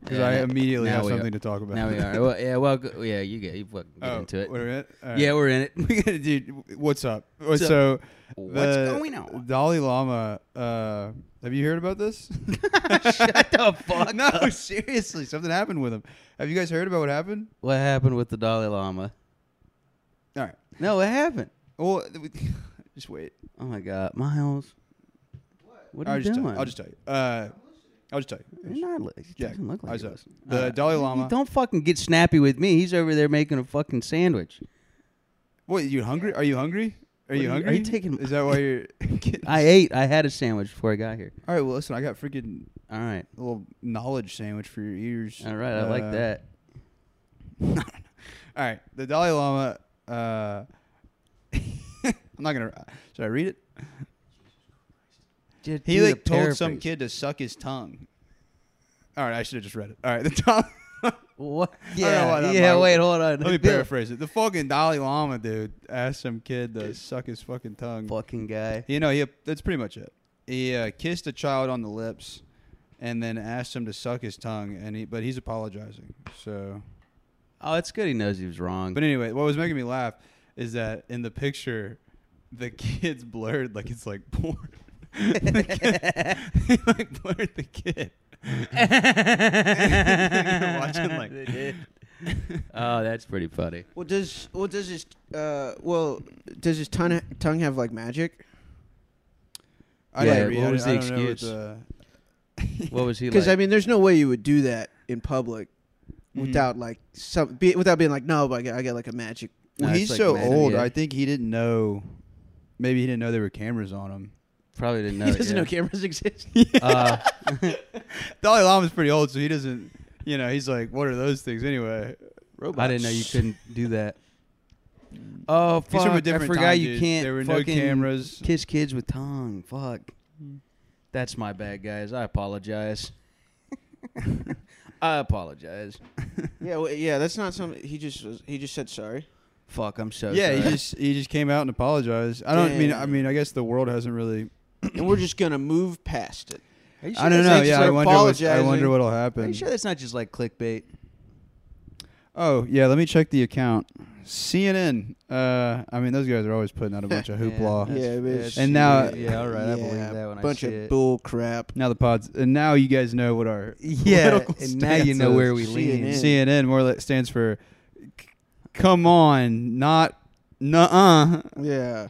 because Yeah, I now- immediately now have we are. something to talk about. Now we are. Well, yeah, well, go, yeah, you get, you fucking get oh, into it. Wait a minute. All right. Yeah, we're in it. dude, what's up? So- So, What's the going on? Dalai Lama. Uh, have you heard about this? Shut the fuck no, up. seriously, something happened with him. Have you guys heard about what happened? What happened with the Dalai Lama? All right. No, what happened? Well, th- we- just wait. Oh my God, Miles. What are I'll you just doing? Tell you. I'll just tell you. Uh, I'll just tell you. You're not. li- It Jack, doesn't look like I you're said, listening. the Dalai Lama- Don't fucking get snappy with me. He's over there making a fucking sandwich. Wait, you hungry? Are you hungry? Are you- you are hungry? you taking- Is that why you're? getting- I ate. I had a sandwich before I got here. All right. Well, listen. I got freaking All right. a little knowledge sandwich for your ears. All right. I Uh, like that. All right, the Dalai Lama. Uh, I'm not gonna. Should I read it? Just He do like the told some paraphrase. kid to suck his tongue. All right, I should have just read it. All right, the Dalai. What? know why Yeah. that Yeah. might- Wait. Hold on. Let me Bill- paraphrase it. The fucking Dalai Lama dude asked some kid to suck his fucking tongue. Fucking guy. You know, he, that's pretty much it. He uh, kissed a child on the lips, and then asked him to suck his tongue. And he, but he's apologizing. So Oh, it's good. He knows he was wrong. But anyway, what was making me laugh is that in the picture, the kid's blurred like it's like porn. the kid, they, like blurred the kid. You're watching like They did. oh, that's pretty funny. Well, does well does his uh well does his tongue tongue have like magic? I Yeah, didn't read- what I was the don't know excuse? What was he like? Mm-hmm. Because I mean, there's no way you would do that in public Mhm. without like some be, without being like, no, but I got, I got like a magic. No, well, it's he's like so man- old. yeah. I think he didn't know. Maybe he didn't know there were cameras on him. probably didn't know. he it, doesn't yeah. know cameras exist. Uh, Dalai Lama's pretty old, so he doesn't. You know, he's like, what are those things anyway? Robots. I didn't know you couldn't do that. Oh fuck! He's from a I different forgot time, you dude. can't. There were no fucking cameras. Kiss kids with tongue. Fuck. Mm. That's my bad, guys. I apologize. I apologize. yeah, well, yeah, that's not something. He just was, he just said sorry. Fuck, I'm so Yeah, sorry. he just he just came out and apologized. I don't mean. I Damn. mean, I guess the world hasn't really and we're just gonna move past it. Are you sure I don't that's know. not Yeah, just I like- wonder. What, I apologizing. wonder what'll Are happen. you sure that's not just like clickbait? Oh yeah, let me check the account. CNN. Uh, I mean, those guys are always putting out a bunch of hoopla. Yeah, Oh, that's- it is. And now- yeah, all right, I believe Yeah, that when I bunch see of it. bull crap. Now the pods, and now you guys know what our Yeah, political and now you stance know where is. we CNN. lean. CNN more like stands for. c- Come on, not nuh uh. Yeah,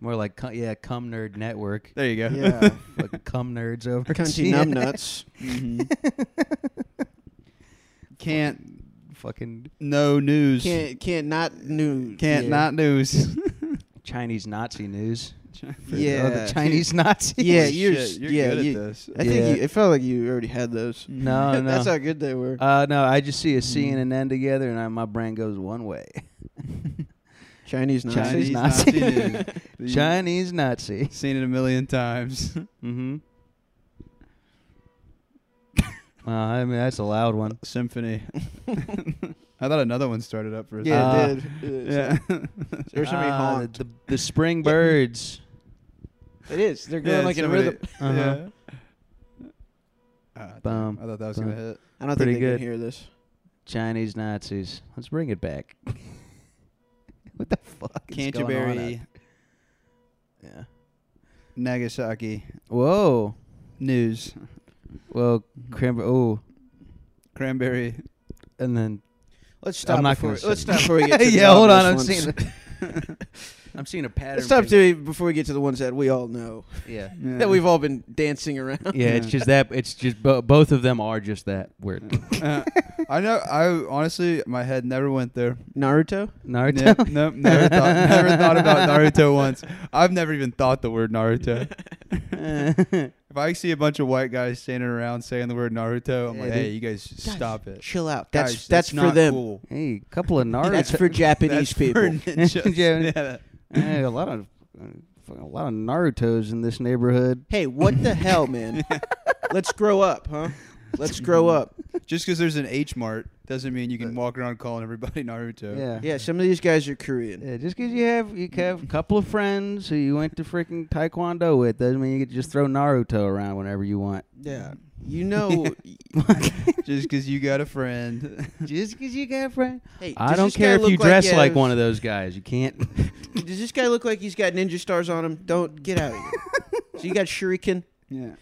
More like, cu- yeah, cum nerd network. There you go. yeah. Fucking cum nerds over. at Cunty CNN. numbnuts. Mm-hmm. Can't Fucking no news. Can't can't not new. Can't yeah. not news. Chinese Nazi news. Yeah. Oh, the Chinese Nazis. Yeah, Holy you're shit, s- you're yeah, good at you- this. I think Yeah. Oh, you, it felt like you already had those. No, no. That's how good they were. Uh, no, I just see a C Mm. and an N together, and I, my brain goes one way. Chinese Nazis. Chinese Nazi Nazi news. The- Chinese Nazi. Seen it a million times. Mm-hmm. uh, I mean, that's a loud one. Symphony. I thought another one started up for a Ah. Yeah, Uh, it did. second. Yeah. There were so many Ah, honked. the, the, the spring birds. It is. They're going Yeah, like in a somebody- rhythm. Uh-huh. Yeah. Ah, damn, Bum, I thought that was bum. gonna hit. I don't Pretty think they good. can hear this. Chinese Nazis. Let's bring it back. what the fuck? is going on out- Canterbury, Yeah. Nagasaki Whoa. news. Well, cranberry. Oh, Cranberry. and then Let's stop. not before, gonna say let's that. stop before we get. To the yeah, hold on. I'm obvious seeing. ones. I'm seeing a pattern. Let's stop because- to, before we get to the ones that we all know Yeah. Yeah. that we've all been dancing around. Yeah, it's just that. It's just bo- both of them are just that word. Uh, I know. I honestly, my head never went there. Naruto. Naruto. Ne- no, never thought. Never thought about Naruto once. I've never even thought the word Naruto. If I see a bunch of white guys standing around saying the word Naruto, I'm Yeah, like, dude. hey, you guys, stop it. Chill out. Guys, That's that's for not them. cool. hey, a couple of Naruto. That's for Japanese That's for people. ninjas. Yeah. Yeah. hey, a lot of uh, fucking a lot of Narutos in this neighborhood. hey, what the hell, man? Let's grow up, huh? Let's grow up. Just because there's an H Mart doesn't mean you can walk around calling everybody Naruto. Yeah. Yeah, some of these guys are Korean. Yeah, just 'cause you have you have a couple of friends who you went to freaking taekwondo with doesn't mean you could just throw Naruto around whenever you want. Yeah. You know just because you got a friend. Just because you got a friend. Hey, I does don't this care guy if look you dress he like, has- one of those guys. You can't. Does this guy look like he's got ninja stars on him? Don't get out of here. so you got shuriken. yeah.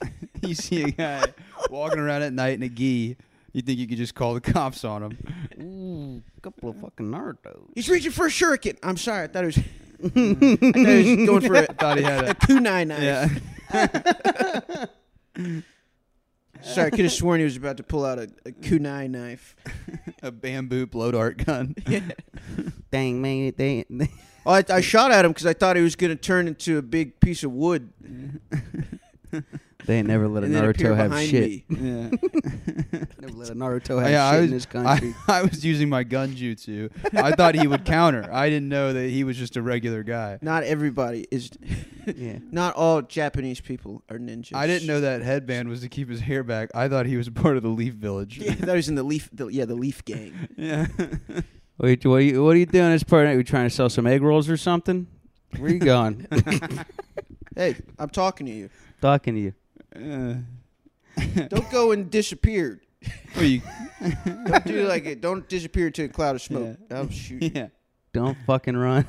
You see a guy walking around at night in a gi, you think you could just call the cops on him. Ooh, couple of fucking Naruto. He's reaching for a shuriken. I'm sorry. I thought he was. I thought he was going for a, Thought he had a a. two nine nine. Yeah. Sorry, I could have sworn he was about to pull out a, a kunai knife. a bamboo blow dart gun. Dang man, they, they Oh, I, I shot at him because I thought he was going to turn into a big piece of wood they ain't never let a and then appear Naruto have behind shit. me. Yeah. Never let a Naruto have yeah, shit I was, in this country. I, I was using my gun jutsu. I thought he would counter. I didn't know that he was just a regular guy. Not everybody is. yeah, Not all Japanese people are ninjas. I didn't know that headband was to keep his hair back. I thought he was part of the Leaf Village. Yeah, that was in the leaf. The, yeah, the leaf gang. yeah. Wait, what are you, what are you doing as part of You trying to sell some egg rolls or something? Where you going? Hey, I'm talking to you. Talking to you. Uh, Don't go and disappear. well, you- Don't do like it. Don't disappear into a cloud of smoke. I'll shoot. you. yeah. Don't fucking run.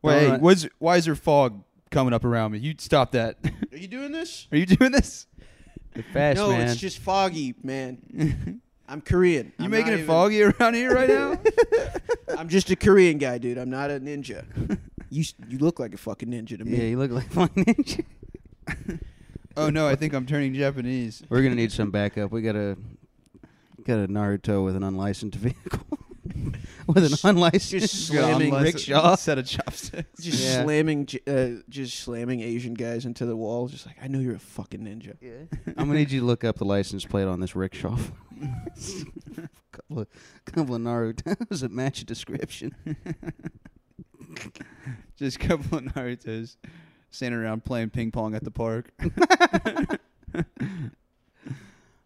Wait, hey, uh, Alright. what's, why is there fog coming up around me? You stop that. Are you doing this? Are you doing this? You're fast, no, man. it's just foggy, man. I'm Korean. You I'm making not it even- foggy around here right now? I'm just a Korean guy, dude. I'm not a ninja. You s- you look like a fucking ninja to me. yeah, you look like one ninja. oh no, I think I'm turning Japanese. We're gonna need some backup. We got a got a Naruto with an unlicensed vehicle. with an unlicensed just Got an slamming unlicensed rickshaw. set of chopsticks. just Yeah. slamming, J- uh, just slamming Asian guys into the wall. Just like I know you're a fucking ninja. I'm gonna need you to look up the license plate on this rickshaw. couple of couple of Naruto's that match a description. Just a couple of Naruto's standing around playing ping pong at the park.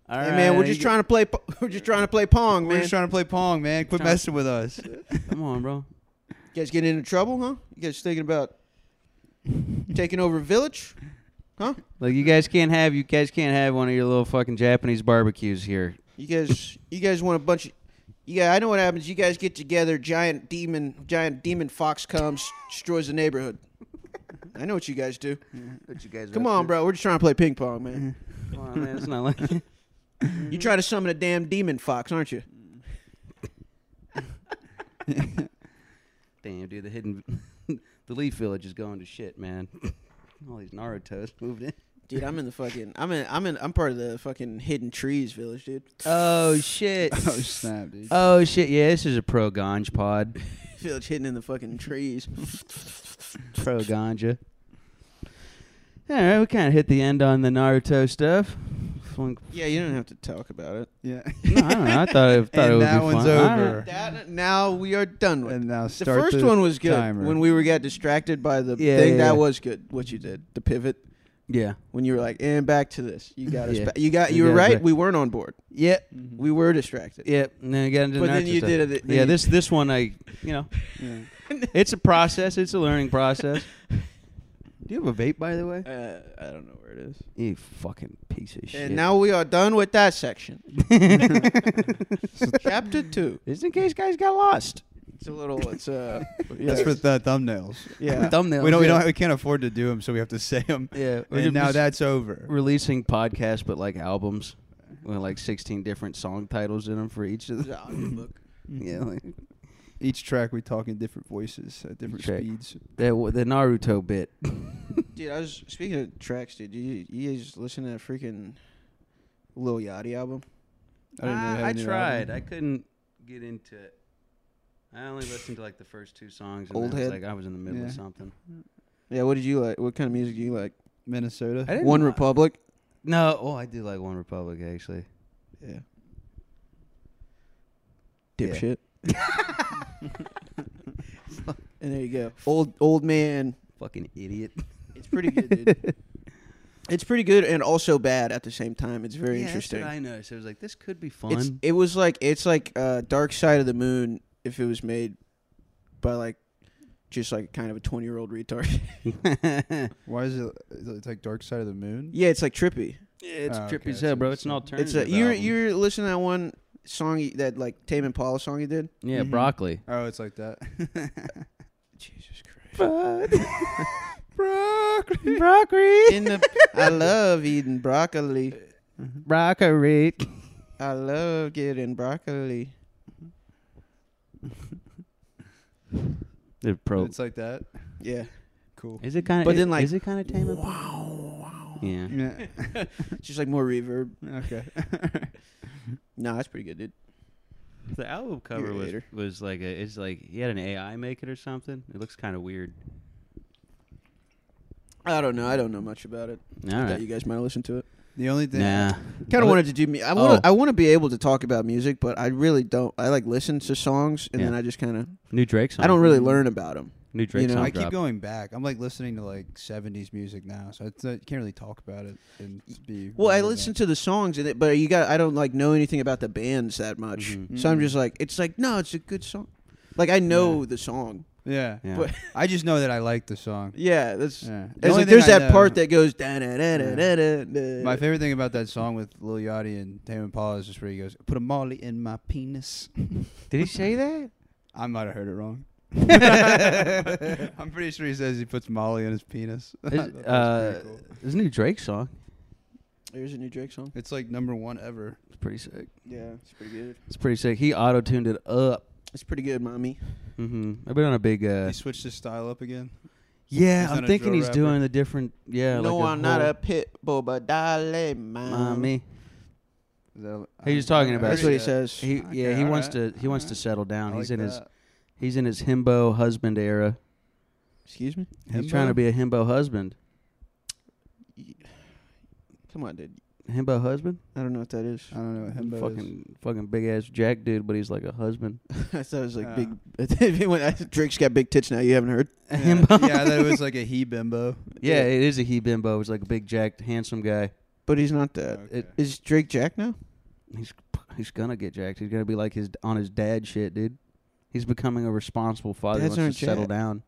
All hey man, we're just trying to play. po- We're just trying to play pong, We're man. just trying to play pong, man. Quit Trying- messing with us. Come on, bro. you guys getting into trouble, huh? You guys thinking about taking over a village, huh? Like you guys can't have you guys can't have one of your little fucking Japanese barbecues here. You guys, you guys want a bunch of. Yeah, I know what happens. You guys get together. Giant demon, giant demon fox comes, destroys the neighborhood. I know what you guys do. you guys Come on, bro. We're just trying to play ping pong, man. Come on, man. It's not like that. You try to summon a damn demon fox, aren't you? Damn, dude, the hidden the Leaf Village is going to shit, man. All these Naruto's moved in. Dude, I'm in the fucking. I'm in. I'm in. I'm part of the fucking hidden trees village, dude. Oh shit. oh snap, dude. Uh, Oh shit, yeah, this is a pro ganj pod. Village hidden in the fucking trees. Pro ganja. Alright, we kinda hit the end on the Naruto stuff. Flunk- Yeah, you don't have to talk about it. yeah. No, I don't know. I thought it, thought it And would that be one's fun. All over. right. That now we are done with. and now the start first the one was good timer. when we were got distracted by the Yeah, thing. yeah, yeah. That was good. What you did, the pivot. Yeah. When you were like, and back to this, you got us. Yeah. Ba- you got. You You were got us right. back. We weren't on board. Yep. Mm-hmm. We were distracted. Yep. And then I got into But Naruto then you stuff. did it- then Yeah, you- this this one I you know Yeah. it's a process, it's a learning process. Do you have a vape by the way? Uh, I don't know where it is. You fucking piece of shit. And now we are done with that section. Chapter two. Just in case guys got lost. It's a little. It's uh. That's for the thumbnails. yeah. Thumbnail. we don't. We don't. We can't afford to do them, so we have to say them. Yeah. We're And just now that's over. releasing podcasts, but like albums with like 16 different song titles in them for each of them. Yeah. Like Each track we talk in different voices at different Track. speeds. the, the Naruto bit. Dude, I was speaking of tracks, dude. You you guys listen to that freaking Lil Yachty album? I didn't know Ah, they had Ah, I a new tried. I album. couldn't get into it. I only listened to like the first two songs. And Old I was head. like I was in the middle Yeah. of something. Yeah. What did you like? What kind of music do you like? I Minnesota. didn't One li- Republic. No. Oh, I do like One Republic actually. Yeah. Yeah. Dipshit. and there you go. Old old man. Fucking idiot. It's pretty good, dude. it's pretty good and also bad at the same time. It's very yeah, interesting. That's what I noticed. It was like this could be fun. It's, it was like it's like uh, Dark Side of the Moon if it was made by like just like kind of a twenty year old retard. Why is it, is it like Dark Side of the Moon? yeah, it's like trippy. It's Oh, trippy okay, as so hell, bro. it's It's an not- alternative. It's a you're album. you're listening to that one song he, that like Tame Impala song he did. yeah, Mhm. broccoli. Oh, it's like that. Jesus Christ! Broccoli. broccoli. In the I love eating broccoli. Broccoli. I love getting broccoli. They're pro. It's like that. Yeah. Cool. Is it kind of? But But then, like- is it kind of tame? Wow. Yeah. Yeah. Just like more reverb. Okay. Nah, that's pretty good, dude. The album cover a was, hater. was like a, it's like he had an AI make it or something. It looks kind of weird. I don't know. I don't know much about it. All I thought you right. guys might listen to it. the only thing. Nah. Kind of Well, wanted to do me. I want. to Oh. I want to be able to talk about music, but I really don't. I like listen to songs and Yeah. then I just kind of. New Drake song. I don't really learn about them. New Drake know, song. I keep dropped. going back. I'm like listening to like 70s music now, so it's not, you can't really talk about it and be. Well, I relevant. listen to the songs in it, but you got I don't like know anything about the bands that much. Mhm. So I'm just like it's like no, it's a good song. Like I know the song. Yeah. Yeah. But I just know that I like the song. yeah, that's Yeah. it's only like, thing there's I that know- part that goes da da da da da da. My da. favorite thing about that song with Lil Yachty and Tame Impala is just where he goes, "Put a molly in my penis." Did he say that? I might have heard it wrong. I'm pretty sure he says he puts Molly in his penis. I thought that was uh, pretty cool. it's a new Drake song. There's a new Drake song. It's like number one ever. It's pretty sick. Yeah, it's pretty good. It's pretty sick. He auto tuned it up. It's pretty good, mommy. hmm I've been on a big. Uh, He switched his style up again. yeah, he's not I'm a thinking drill he's rapper. doing the different. Yeah. no, like I'm not whole- uh, a pit bull, but dale, mommy. Mommy. Is that, He was I- talking I about That's heard what he that. says. He Okay, yeah. He all wants right, to he wants to settle down. I he's like in his that. he's in his himbo husband era. Excuse me. He's trying to Himbo? be a himbo husband. Come on, dude. Himbo husband. I don't know what that is. I don't know what himbo is. fucking fucking big ass jack dude, but he's like a husband. I thought it was like Uh. big. when I, Drake's got big tits now. You haven't heard? Yeah. himbo. Uh, yeah, that was like a he bimbo. Yeah, it is a he bimbo. It's like a big jacked, handsome guy. But he's not that. Oh, Okay. it- Is Drake Jack now? He's he's gonna get jacked. He's gonna be like his on his dad shit, dude. He's becoming a responsible father. He Dads wants to aren't settle jacked. down.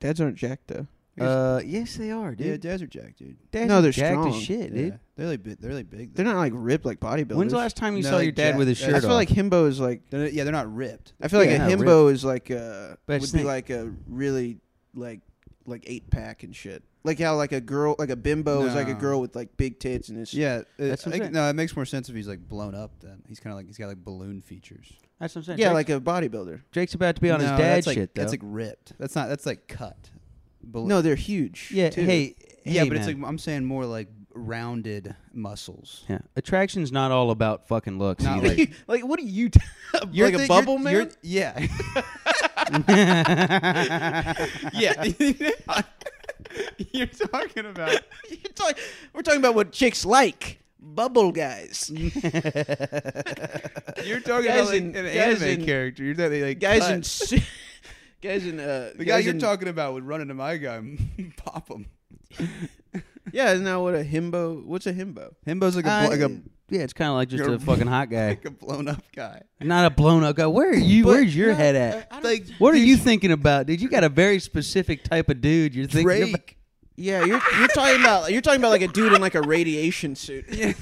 Dads aren't Jack though. Here's- Uh, yes, they are, yeah, dude. Desert Jack, dude. Dads No, are they're jacked strong. as shit, yeah. dude. They're like big. They're like big. They're not like ripped like bodybuilders. When's the last time you No, saw like your dad jack- with his I shirt I off? feel like himbo is like. They're, yeah, they're not ripped. I feel like Yeah, a ripped. himbo is like uh But would it's be not- like a really like like eight pack and shit. Like how like a girl like a bimbo is like a No. girl with like big tits and it's Yeah, it, That's what I I'm think- saying. no, it makes more sense if he's like blown up. Then he's kind of like he's got like balloon features. That's what I'm saying. yeah Jake's, like a bodybuilder. Jake's about to be on No, his dad that's like, shit though. That's like ripped. That's not. That's like cut. Bal- No, they're huge. yeah. too. Hey. yeah, hey, but it's man. like I'm saying more like rounded muscles. Yeah. Attraction's not all about fucking looks. Not either. like like what are you? You're like a thi- bubble you're- man. you're- yeah, yeah. you're talking about You're talking, we're talking about what chicks like. Bubble guys. you're talking Guys about like, in- an guys anime in- character. You're that they, like Guys cut. in s- guys in uh the guy guys you're in- talking about would run into my guy, and pop him. Yeah, isn't that what a himbo what's a himbo? Himbo's like a, Uh, bl- like a yeah, it's kind of like just You're- a fucking hot guy, like a blown up guy. not a blown up guy. Where are you? But- where's your no, uh, head at? I don't- Like What are you thinking about, dude? You got a very specific type of dude you're thinking about. Drake. Yeah, you're you're talking about you're talking about like a dude in like a radiation suit. It's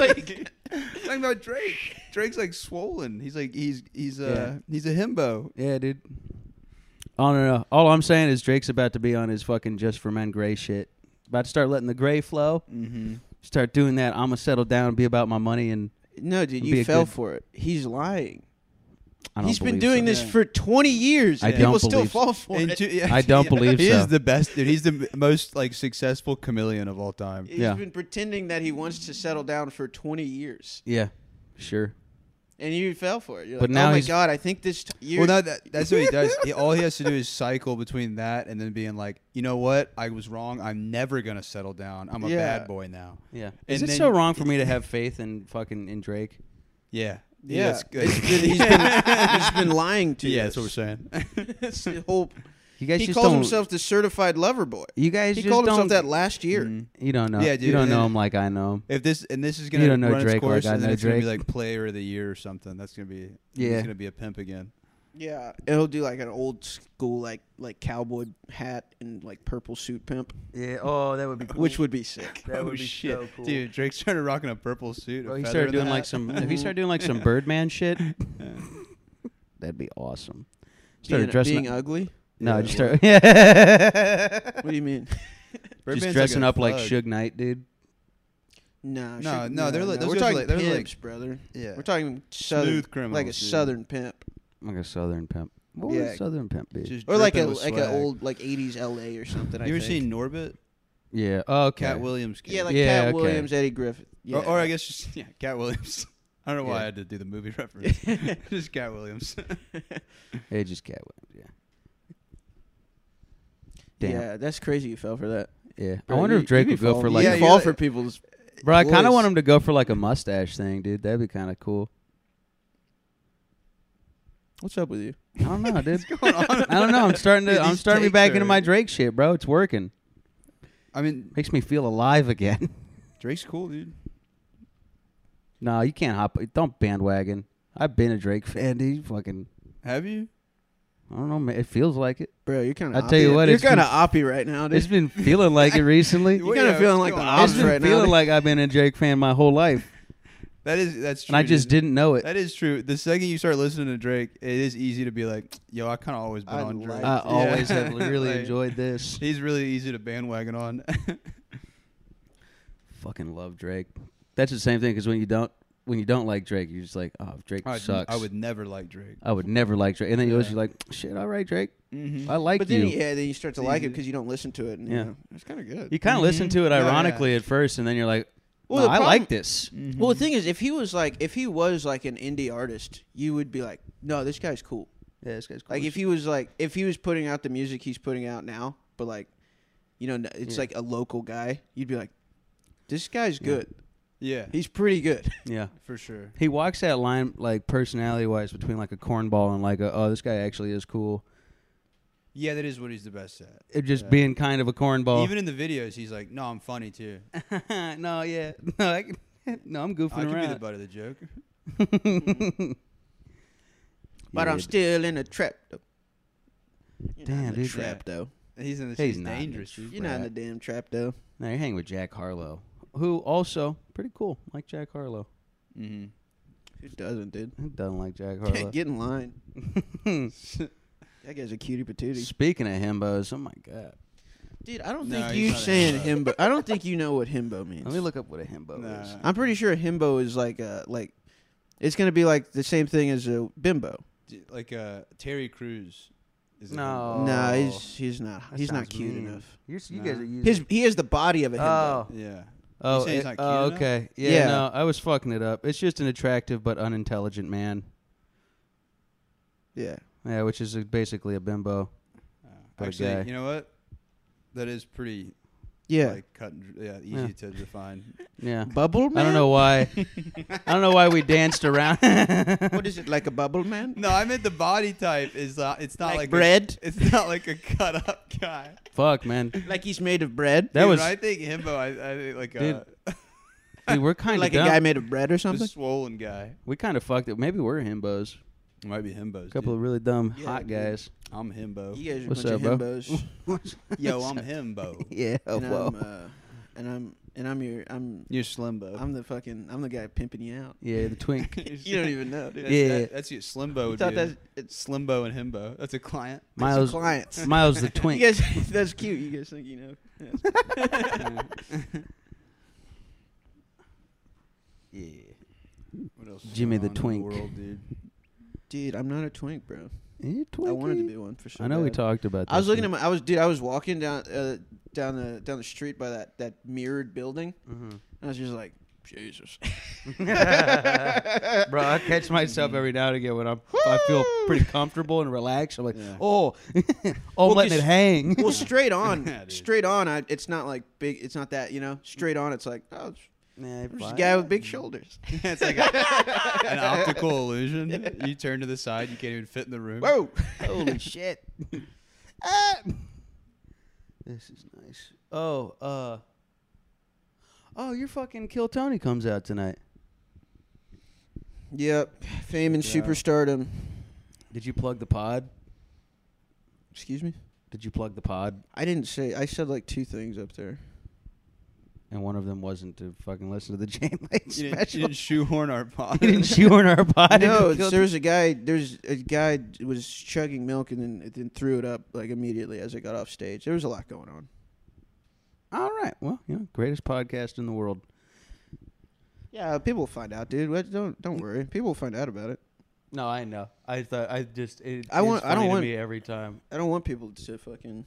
like talking about Drake. Drake's like swollen. He's like he's he's uh Yeah. he's a himbo. Yeah, dude. I don't know. All I'm saying is Drake's about to be on his fucking just for men gray shit. About to start letting the gray flow. Mm-hmm. Start doing that. I'm gonna settle down and be about my money. And No, dude, It'd you be a fell good- for it. He's lying. I don't He's been believe doing so. this Yeah. for 20 years I and don't people still believe so. fall for it. I don't believe he so. is the best dude. He's the m- most like successful chameleon of all time. He's Yeah. been pretending that he wants to settle down for 20 years Yeah, sure. and you fell for it. You're But like, now "Oh my he's- god, I think this t- year Well, no, that, that's what he does. He- all he has to do is cycle between that and then being like, you know what, I was wrong. I'm never gonna settle down. I'm a Yeah. bad boy now. Yeah. Is And it then- so wrong for me to have faith in fucking in Drake? Yeah, Yeah, that's good. It's been- he's, been, he's been lying to yeah, us. that's what we're saying. That's the whole. You guys he just calls don't. himself the certified lover boy. you guys He just called himself don't. that last year. Mhm. you don't know. Yeah, You dude, don't know and- him like I know him. If this and this is gonna don't know run its Drake like course, I and then know it's gonna be Drake. like player of the year or something. That's gonna be Yeah. He's gonna be a pimp again. Yeah, it'll do like an old school like like cowboy hat and like purple suit pimp, Yeah. Oh, that would be cool. which would be sick. that oh would be shit, so cool. dude! Drake started rocking a purple suit. Bro, he started doing like some. If he started doing like some Birdman shit, that'd be awesome. Started being, dressing. being up. ugly. no, Yeah, just it start. Yeah. What do you mean? just dressing up like Suge Knight, dude. No, No, shit, no, they're like- those we're guys are talking like- they're like- pimps, brother. Yeah, We're talking southern, criminals, like a dude. southern pimp, Like a southern pimp. What would Yeah. a southern pimp be? Just or like a dripping with like an swag. old like '80s LA or something. You I ever think. seen Norbit? yeah. Oh, okay. Cat Williams. Kid. Yeah, like Yeah, Cat okay. Williams, Eddie Griffith. Yeah. Or, or I guess just yeah, Cat Williams. I don't know why Yeah. I had to do the movie reference. just Cat Williams. Hey, just Cat Williams. Yeah. Damn. Yeah, that's crazy. You fell for that. Yeah. I Bro, wonder you- if Drake you would be go falling- for like. Yeah, you you're fall like- for people's. Bro, I kind voice. of want him to go for like a mustache thing, dude. That'd be kind of cool. What's up with you? I don't know, dude. I don't know. I'm starting Dude, to. I'm these starting to takes be back are- into my Drake shit, bro. It's working. I mean, Makes me feel alive again. Drake's cool, dude. no, you can't hop. Don't bandwagon. I've been a Drake fan, dude. You Fucking. Have you? I don't know. man. It feels like it. Bro, you're kind I of. tell you what, you're it's been- kind of oppy right now, dude. It's been feeling like it recently. What- You're kind yeah, of feeling what's like the going on? It's opposite been right now. feeling dude. like I've been a Drake fan my whole life, That is that's true. and I just dude. didn't know it. That is true. The second you start listening to Drake, it is easy to be like, "Yo, I kind of always been I on Drake." like I Yeah. always have really Like, enjoyed this. He's really easy to bandwagon on. Fucking love Drake. That's the same thing because when you don't when you don't like Drake, you're just like, oh, Drake I, sucks. I would never like Drake. I would never like Drake, and then you always Yeah. be like, shit, all right, Drake, Mm-hmm. I like But you. then, yeah, then you start to It's like it easy. because you don't listen to it. And, Yeah. you know, it's kind of good. You kind of listen to it Mm-hmm. Yeah, yeah. ironically at first, and then you're like, Mm-hmm. Well, "No, the I problem- Mm. like this. Well, the thing is, if he was like, if he was like an indie artist, you would be like, no, this guy's cool. Yeah, this guy's Like, if he was like, if he was putting out the music he's putting out now, but like, you know, n- it's Yeah. like a local guy, you'd be like, this guy's good. Yeah, He's pretty good. yeah, for sure. he walks that line like personality wise between like a cornball and like a oh, this guy actually is cool. Yeah, that is what he's the best at. It just Yeah. being kind of a cornball. Even in the videos, he's like, "No, I'm funny too. no, yeah, no, I can, no, I'm goofing I could be the around. butt of the joke." But I'm Yeah. still in a trap. Though. You're not Damn, in the dude. trap though. He's in the He's he's not in the dangerous. dude. You're not in the Trap. damn trap though. Now you're hanging with Jack Harlow, who also pretty cool, like Jack Harlow. Mm-hmm. Who doesn't, dude? Who doesn't like Jack Yeah, Harlow? get in line. That guy's a cutie patootie. Speaking of himbos, oh my god, Dude, I don't No, think he's you not a saying himbo. himbo. I don't think you know what himbo means. let me look up what a himbo Nah. is. I'm pretty sure a himbo is like a like. It's gonna be like the same thing as a bimbo. D- like uh, Terry Crews. Is a No. himbo. nah, Oh. he's he's not That he's not sounds cute mean. enough. You're, you Nah. guys are using His he has the body of a himbo. Oh, Yeah. oh, saying he's it- not cute oh, enough? okay. Yeah, Yeah. no, I was fucking it up. It's just an attractive but unintelligent man. Yeah, Yeah, which is uh, basically a bimbo. Uh, But a actually, guy. you know what? That is pretty yeah. like cut and dr- yeah, easy Yeah. to define. Yeah. bubble I man. don't know why. I don't know why we danced around. what is it like a bubble man. no, I meant the body type is uh, it's not like, Like a- bread? it's not like a cut up guy. Fuck, man. Like he's made of bread. That Dude, was when I think himbo. I, I think like uh, a, dude, we're kind of like a guy made of bread or a something. swollen guy. We kind of fucked it. Maybe we're himbos. Might be himbos. A couple dude. of really dumb Yeah, hot dude. guys. I'm himbo. You guys are a What's bunch of up, bro? himbos. Yo, I'm himbo. yeah. and, I'm, whoa. uh, and I'm and I'm your I'm You're slimbo. I'm the fucking I'm the guy pimping you out. Yeah, the twink. You don't even know, dude. That's, Yeah. that, that's you. Slimbo You would thought be a- that it's Slimbo and himbo. That's a client. Miles Miles. clients. Miles the twink. You guys, that's cute. You guys think you know? yeah. What else? is Jimmy going the on in Twink. world, dude. Dude, I'm not a twink, bro. You I wanted to twinkie. be one for sure. I know we talked about. This I was looking at my. I was dude. I was walking down uh, down the down the street by that that mirrored building, and I was just like, Jesus. Bro, I catch myself every now and again when I'm, I feel pretty comfortable and relaxed. I'm like, Yeah. oh, oh, I'm Well, letting 'cause- it hang. Well, straight on, Yeah, dude. straight on. I, it's not like big. It's not that you know. Straight on, it's like oh, it's Nah, it's just a fine. guy with big shoulders. it's like a- an optical illusion. You turn to the side, you can't even fit in the room. Whoa. Holy shit. Ah. This is nice. Oh, uh. Oh, your fucking Kill Tony comes out tonight. Yep. Fame and Yeah. superstardom. Did you plug the pod? Excuse me. Did you plug the pod? I didn't say. I said like two things up there. And one of them wasn't to fucking listen to the Jane Lane You didn't, special. you didn't shoehorn our pod. You didn't shoehorn our pod. into no, Kill- there was a guy. There's a guy d- was chugging milk and then then threw it up like immediately as I got off stage. There was a lot going on. All right. Well, you know, greatest podcast in the world. Yeah, people will find out, dude. What- Don't don't worry. People will find out about it. No, I know. I thought I just it, I want- it's I don't funny to want- me every time I don't want people to fucking,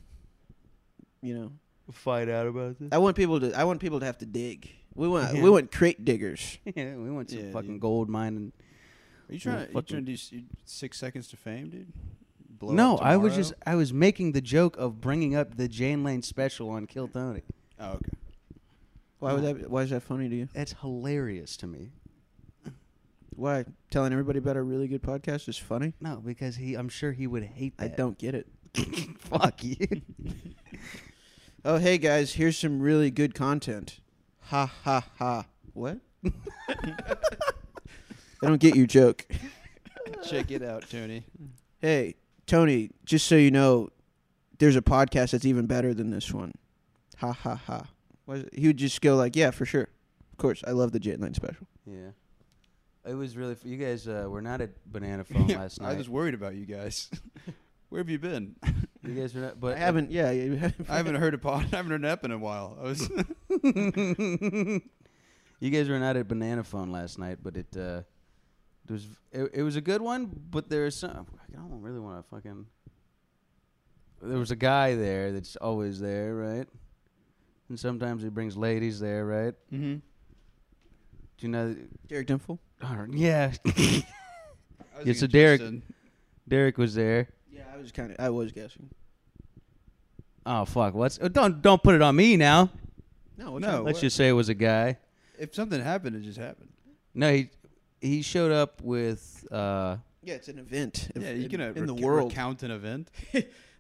you know. fight out about this. I want people to. I want people to have to dig. We want Yeah. we want crate diggers. yeah, we want some Yeah, fucking dude. gold mining. Are you trying, you fucking- trying to do s- you- six seconds to fame, dude? Blow up No, I was tomorrow? just I was making the joke of bringing up the Jane Lane special on Kill Tony. Oh, okay. Why would that? Why is that funny to you? That's hilarious to me. Why telling everybody about a really good podcast is funny? No, because he I'm sure he would hate I that. don't get it. fuck you. Oh hey guys, here's some really good content. Ha ha ha. What? I don't get your joke. Check it out, Tony. Hey, Tony, just so you know, there's a podcast that's even better than this one. Ha ha ha. Why is it- He would just go like, yeah, for sure. Of course, I love the Jet Line special. yeah. It was really f- you guys uh, were not at Banana Phone last night. I was worried about you guys. Where have you been? you guys were not, but I haven't, yeah. you I haven't heard a pod. I haven't heard an ep in a while. I was. you guys were not at Banana Phone last night, but it uh, it was it, it was a good one. But there is some I don't really want to fucking. There was a guy there that's always there, right? And sometimes he brings ladies there, right? mm-hmm. Do you know? Derek Dimple. Arr, Yeah, I was Yeah, so thinking Derek- Justin. Derek was there. Yeah, I was kind of, I was guessing. Oh fuck! What's oh, don't don't put it on me now. No, what's No. up? Let's what? just say it was a guy. If something happened, it just happened. No, he he showed up with uh yeah, it's an event. Yeah, you can uh, in the rec- world. recount an event.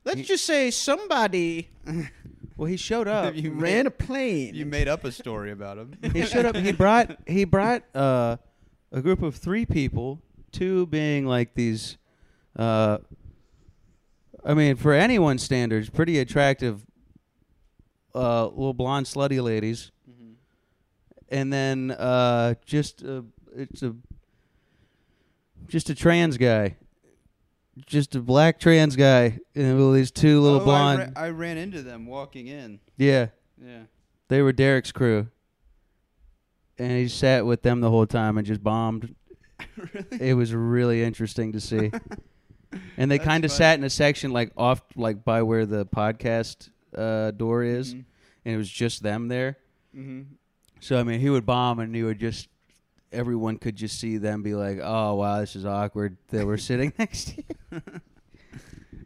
Let's just say somebody uh, well he showed up You ran made- a plane. You made up a story about him. he showed up. He brought he brought uh, a group of three people, two being like these. Uh, I mean, for anyone's standards, pretty attractive uh, little blonde slutty ladies, Mm-hmm. and then uh, just a, it's a just a trans guy, just a black trans guy, and with these two little Oh, I blonde. ra- I ran into them walking in. yeah. Yeah. They were Derek's crew. And he sat with them the whole time and just bombed. It was really interesting to see. and they That's kind of funny. sat in a section like off like by where the podcast uh, door is and it was just them there. Mm-hmm. So I mean, he would bomb and he would just everyone could just see them be like, "Oh, wow, this is awkward that we're sitting next to you."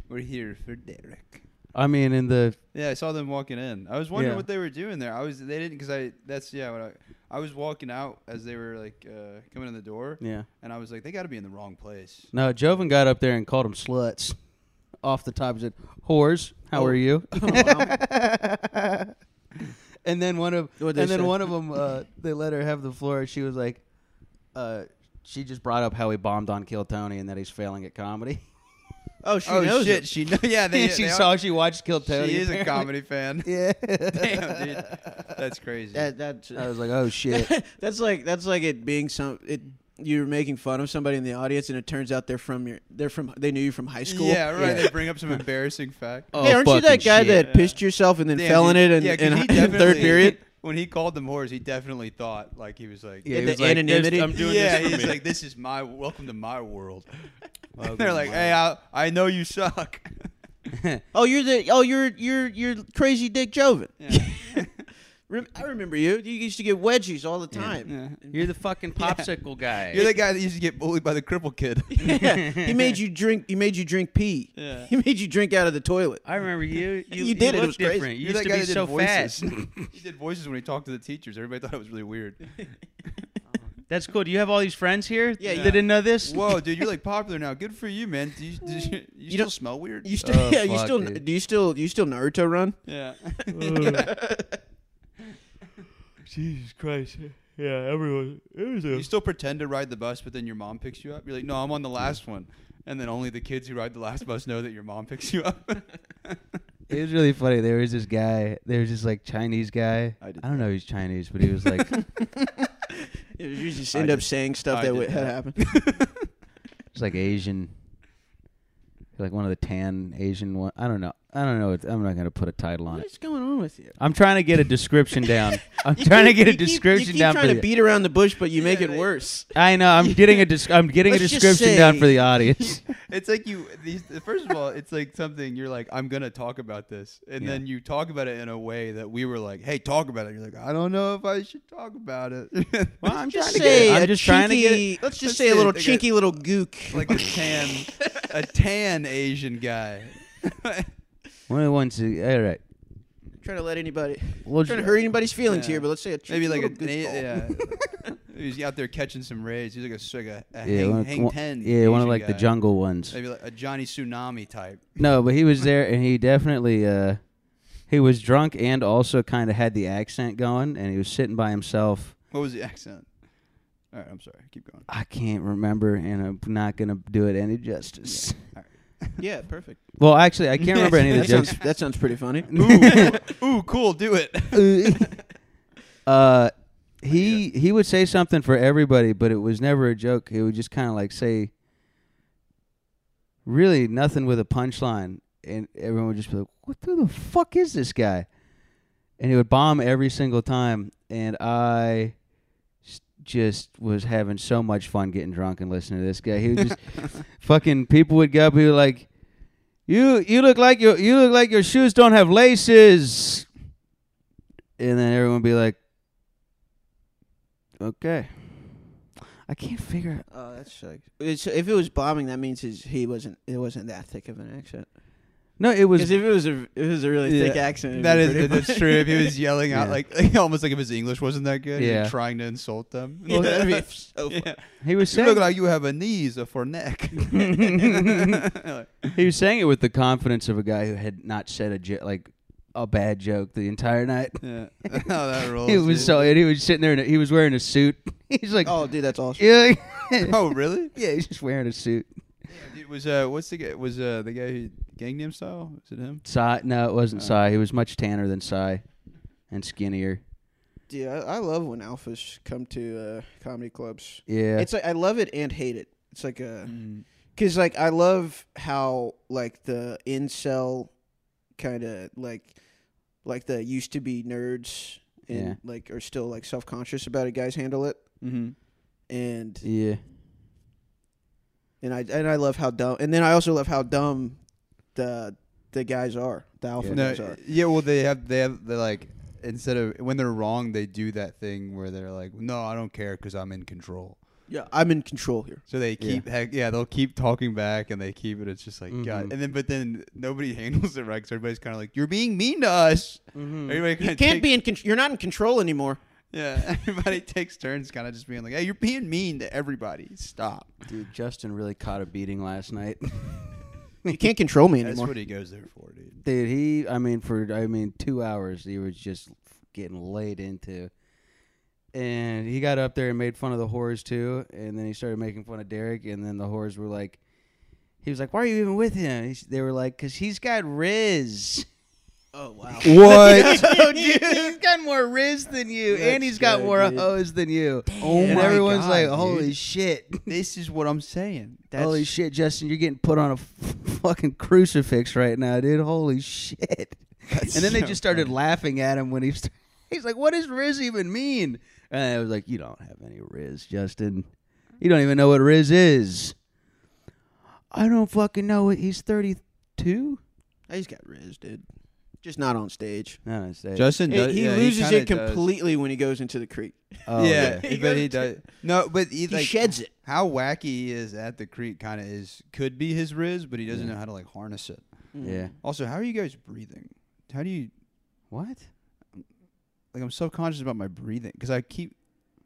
We're here for Derek. I mean, in the Yeah, I saw them walking in. I was wondering Yeah. what they were doing there. I was they didn't because I that's yeah. When I, I was walking out as they were like uh, coming in the door, yeah. and I was like, they got to be in the wrong place. No, Jovan got up there and called them sluts off the top. He said, "Whores, how Oh. are you?" Oh, wow. and then one of and What'd they then say? one of them, uh, they let her have the floor. She was like, uh, she just brought up how he bombed on Kill Tony and that he's failing at comedy. oh, she oh knows shit, it. she know. Yeah, they, she they saw are- she watched Kill She Tony. is a apparently. comedy fan. Yeah. Damn, dude, that's crazy. That that's I was like, oh shit. that's like that's like it being some it. You're making fun of somebody in the audience, and it turns out they're from your they're from they knew you from high school. Yeah, right. Yeah. They bring up some embarrassing fact. Oh, hey, aren't you fucking that guy shit. Yeah. that pissed yourself and then Damn, fell in it dude. in, Yeah, 'cause in, he in third definitely- period? When he called them whores, he definitely thought like he was like, Yeah, he the was like, "This- anonymity? I'm doing yeah, this for he's me." like, this is my welcome to my world. Welcome They're to like, my hey, I, I know you suck. Oh, you're the oh you're you're you're crazy Dick Joven. Yeah. Rem- I remember you. You used to get wedgies all the time. You're the fucking popsicle guy. You're the guy that used to get bullied by the cripple kid. Yeah. he made you drink. He made you drink pee. Yeah. He made you drink out of the toilet. I remember you. You did it. It looked was crazy. different. You You're used that to guy be that did so voices. fast. he did voices when he talked to the teachers. Everybody thought it was really weird. That's cool. Do you have all these friends here? Yeah, They you- didn't know this. Whoa, dude, you're like popular now. Good for you, man. Do you, do you, you, still don't- smell weird? You still, Oh, yeah, you fuck, still, dude. do you still, do you still Naruto run? yeah. Jesus Christ. Yeah, everyone. It was a, You still pretend to ride the bus, but then your mom picks you up. You're like, no, I'm on the last one. And then only the kids who ride the last bus know that your mom picks you up. It was really funny. There was this guy. There was this like Chinese guy. I I, did don't know. He's Chinese, but he was like It was you just I end up did- saying stuff I that did would, had that. happened. It's like Asian, like one of the tan Asian one. I don't know. I don't know. It's- I'm not gonna put a title on What it. is going on with you? I'm trying to get a description down. I'm trying to get a You keep- description you keep down for trying the. to beat around the bush, but you make Yeah, it like- worse. I know. I'm getting a. Dis- I'm getting a Let's just description down say- for the audience. it's like you, these, first of all, it's like something you're like, I'm going to talk about this. And Yeah. then you talk about it in a way that we were like, hey, talk about it. You're like, I don't know if I should talk about it. Well, I'm trying Just to get. say It. I'm a just trying to get. It. chinky- Let's Let's just say a little say they got- chinky little gook. like a tan, a tan Asian guy. One of the ones. who- All right. trying to let anybody. Well, trying to hurt anybody's feelings Yeah. here, but let's say a chinky Maybe like a, little gook ball. yeah. He's out there catching some rays. He's like a, like a, a yeah. hang, One, hang one- ten. yeah. One of Asian like the guy. jungle ones. Maybe like a Johnny Tsunami type. No, but he was there, and he definitely uh, he was drunk, and also kind of had the accent going, and he was sitting by himself. What was the accent? All right, I'm sorry. Keep going. I can't remember, and I'm not gonna do it any justice. yeah, perfect. Well, actually, I can't remember any of the That sounds, jokes. that sounds pretty funny. Ooh, ooh, cool. Do it. uh, he he would say something for everybody, but it was never a joke. He would just kind of like say, really nothing with a punchline, and everyone would just be like, "What who the fuck is this guy?" And he would bomb every single time, and I s- just was having so much fun getting drunk and listening to this guy. He would just fucking people would go up, he would like. You you look like your you look like your shoes don't have laces and then everyone would be like, "Okay." I can't figure. Oh, that's like it's, if it was bombing, that means his, he wasn't. It wasn't that thick of an accent. No, it was. Because if it was a, if it was a really thick Yeah. accent. it'd that be is pretty that's funny. true. If he was yelling out Yeah. like, like almost like if his English wasn't that good, yeah. Yeah. trying to insult them. Yeah, that'd be so Yeah. funny. he was You saying. look like you have a knees for neck. he was saying it with the confidence of a guy who had not said a jo- like a bad joke the entire night. yeah. Oh, that rolls. He was dude. so. And he was sitting there. and He was wearing a suit. He's like, Oh, dude, that's awesome. yeah, Oh, really? yeah. He's just wearing a suit. Dude, was uh, what's the guy? Was uh, the guy who Gangnam Style? Is it him? Psy. No, it wasn't Uh. Psy. He was much tanner than Psy, and skinnier. Dude, I, I love when alphas come to uh, comedy clubs. Yeah. It's like I love it and hate it. It's like a Mm. because like I love how like the incel kind of like like the used to be nerds and Yeah. like are still like self conscious about it. Guys handle it Mm-hmm. and yeah. and I and I love how dumb and then I also love how dumb the the guys are the alpha Yeah. No, uh, guys are. yeah, well, they have, they have, they like, instead of when they're wrong, they do that thing where they're like, no, I don't care because I'm in control. Yeah, I'm in control here. So they Yeah. keep, heck, yeah, they'll keep talking back and they keep it. It's just like, God. Mhm. And then, but then nobody handles it right 'cause everybody's kind of like, you're being mean to us. Everybody kinda You can't take- be in control. You're not in control anymore. Yeah, everybody takes turns kind of just being like, hey, you're being mean to everybody. Stop. Dude, Justin really caught a beating last night. You can't control me That's anymore. what he goes there for, dude. Dude, he, I mean, for, I mean, two hours, he was just getting laid into. And he got up there and made fun of the whores, too. And then he started making fun of Derek. And then the whores were like, he was like, why are you even with him? He's, they were like, because he's got Riz. oh wow. What? Oh, dude, he's got more Riz than you. and That's he's got so more good. hoes than you. Oh and my everyone's God, like, dude. holy shit. this is what I'm saying. That's, Holy shit, Justin, you're getting put on a f- fucking crucifix right now, dude. Holy shit. That's and then they so just started funny. laughing at him when he st- he's like, "What does Riz even mean?" And I was like, "You don't have any Riz, Justin. You don't even know what Riz is." I don't fucking know. it. He's thirty-two. He's got Riz, dude. Just not on stage. No, it's that- Justin does, he yeah, loses kinda it does. completely when he goes into the creek. oh, yeah, He but he goes does. No, but he, He like, sheds it. how wacky he is at the creek kind of is could be his riz, but he doesn't Yeah. know how to like harness it. yeah. Also, how are you guys breathing? How do you What? like? I'm subconscious about my breathing because I keep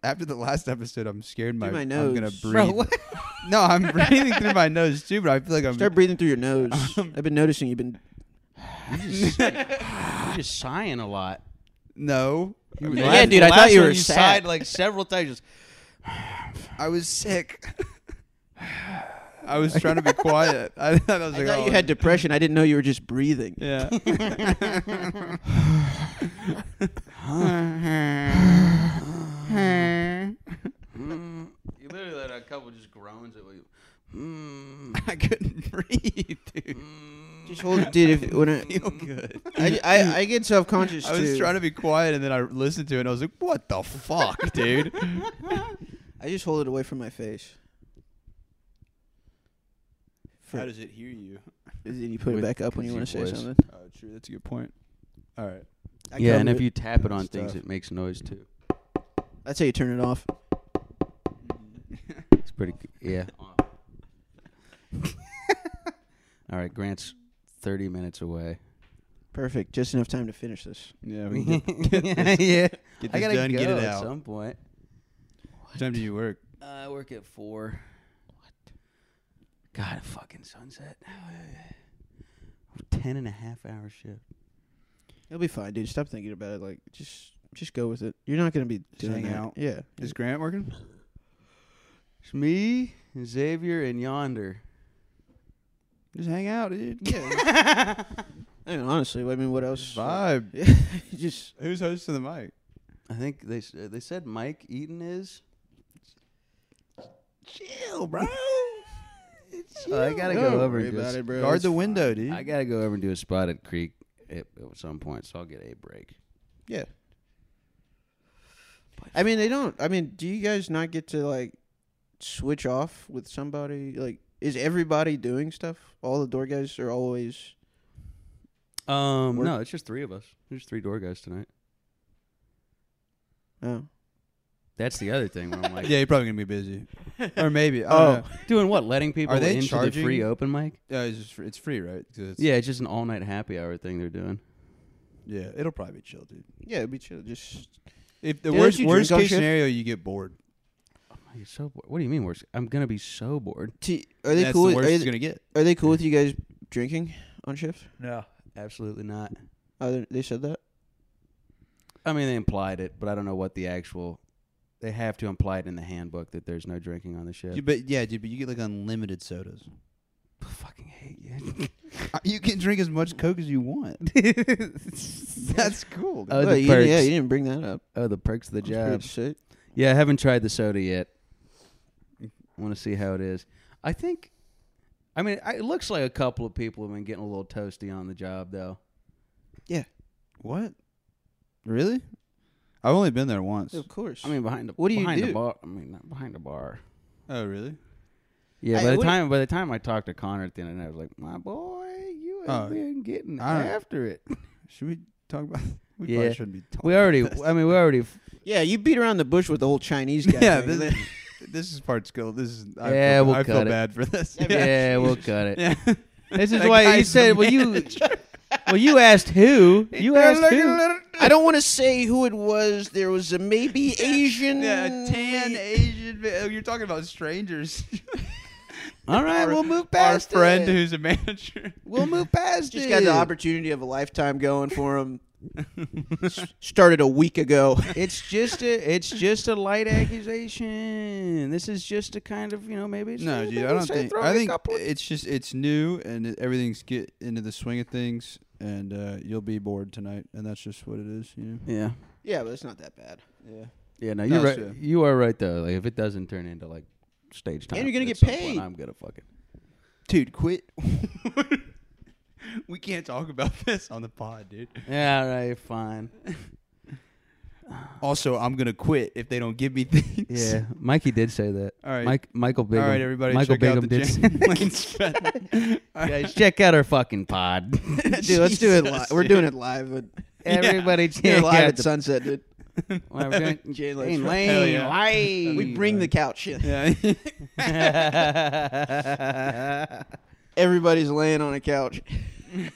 after the last episode, I'm scared my, my I'm gonna nose. breathe. Bro, what? No, I'm breathing through my nose too, but I feel like I'm Start breathing through your nose. Um, I've been noticing you've been. You're just, you're just sighing a lot. no. Okay. You were Yeah, laughing- dude, I thought last you one were sad. sighed like several times. Just, I was sick. I was trying to be quiet. I, thought I was I like, thought oh, you had depression. I didn't know you were just breathing. Yeah. you literally let a couple just groans at you. mm, I couldn't breathe, dude. Just hold, dude. If when I, Feel good. I, I, I get self conscious I Mm. was trying to be quiet, and then I listened to it, and I was like, "What the fuck, dude?" I just hold it away from my face. For- How does it hear you? and then you put it With- back up when you with want to your say voice. something. Oh, true. That's a good point. All right. I Yeah, and covered if it. you tap it on It's things, tough. it makes noise too. that's how you turn it off. It's pretty. g- Yeah. All right, Grant's thirty minutes away. Perfect. Just enough time to finish this. Yeah. We can get, get this, yeah, get I this gotta done. go Get it at out. some point. What time do you work? Uh, I work at four. What? God, fucking sunset. Ten and a half hour shift. It'll be fine, dude. Stop thinking about it. Like, just just go with it. You're not gonna be hang doing that. out. Yeah. Is Grant working? It's me, Xavier, and Yonder. Just hang out, dude. I mean, honestly, I mean, what else? Vibe. Yeah. you just Who's hosting the mic? I think they s- uh, they said Mike Eaton is. Chill, bro. I gotta Don't go over worry and about just, it, bro. Guard It's the fine. window, dude. I gotta go over and do a spot at Creek at, at some point, so I'll get a break. Yeah. I mean, they don't. I mean, do you guys not get to like switch off with somebody? Like, is everybody doing stuff? All the door guys are always. Um, Work? no, it's just three of us. There's three door guys tonight. Oh. That's the other thing where I'm like, yeah, you're probably gonna be busy, or maybe. I Oh. don't know. doing what? Letting people Are they into the charging? free open mic? yeah, it's, just, fr- it's free, right? 'Cause it's- Yeah, it's just an all night happy hour thing they're doing. yeah. It'll probably be chill, dude. Yeah, it'd be chill. Just If the Yeah, worst don't you worst drink on case shift? scenario, you get bored. Oh, You're so bored. What do you mean worse? I'm gonna be so bored. T- are they That's cool? the With, worst are, it's they, gonna get. are they cool with you guys drinking on shift? No, absolutely not. Oh, they- they said that. I mean, they implied it, but I don't know what the actual. They have to imply it in the handbook that there's no drinking on the ship. You- but yeah, dude, but you get like unlimited sodas. I fucking hate you. Uh, You can drink as much Coke as you want. That's cool. Uh, Oh, the Well, you didn't- yeah, perks. you didn't bring that up. oh, the perks of the That's pretty job. sick. Yeah, I haven't tried the soda yet. want to see how it is. I think. I mean, I, it looks like a couple of people have been getting a little toasty on the job, though. what? Really? Oh, I've only been there once. Of course. I mean, behind the What do you behind do? the bar. I mean, not behind the bar. Oh, really? Yeah, I- by the what- time by the time I talked to Connor at the end of the night, I was like, "My boy, you have Oh, been getting I- after it." Should we talk about? We Yeah. probably shouldn't be talking. We already, About this. I mean, we already, yeah, you beat around the bush with the whole Chinese guy. yeah, thing. this, this is part skill. This is. I Yeah, feel, we'll I feel cut it. bad for this. yeah, we'll cut it. Yeah. This is That why you guy's the said, "Well, you, well, you asked who? You asked who?" I don't want to say who it was. There was a maybe Asian. Yeah, a tan Asian. ma- oh, You're talking about strangers. All right, Our- we'll move Our past friend it. who's a manager. We'll move past Just it. got the opportunity of a lifetime going for him. S- Started a week ago. It's just a, it's just a light accusation. This is just a kind of, you know, maybe. It's No, dude, I don't think. I think it's just it's new and it, everything's get into the swing of things, and uh, you'll be bored tonight, and that's just what it is. You know. Yeah. yeah, but it's not that bad. Yeah. Yeah, no, No, you're right. sure. You are right though. Like if it doesn't turn into like stage time, you're gonna at get some point, paid. I'm gonna fucking. Dude, quit. we can't talk about this on the pod, dude. Yeah, all right, fine. Also, I'm gonna quit if they don't give me things. Yeah, Mikey did say that. All right. Mike Michael All Bigham. right, everybody. Michael check Bigham out the did. James Lincoln's Fed- All right. Guys, check out our fucking pod. dude, let's do it. Li- Jesus, we're dude. doing it live. We're Everybody, doing it check live out at the sunset, dude. well, we're doing Jane Lane's Jane right. Lane. Hell yeah. Lane. We bring the couch. in. Yeah. Everybody's laying on a couch.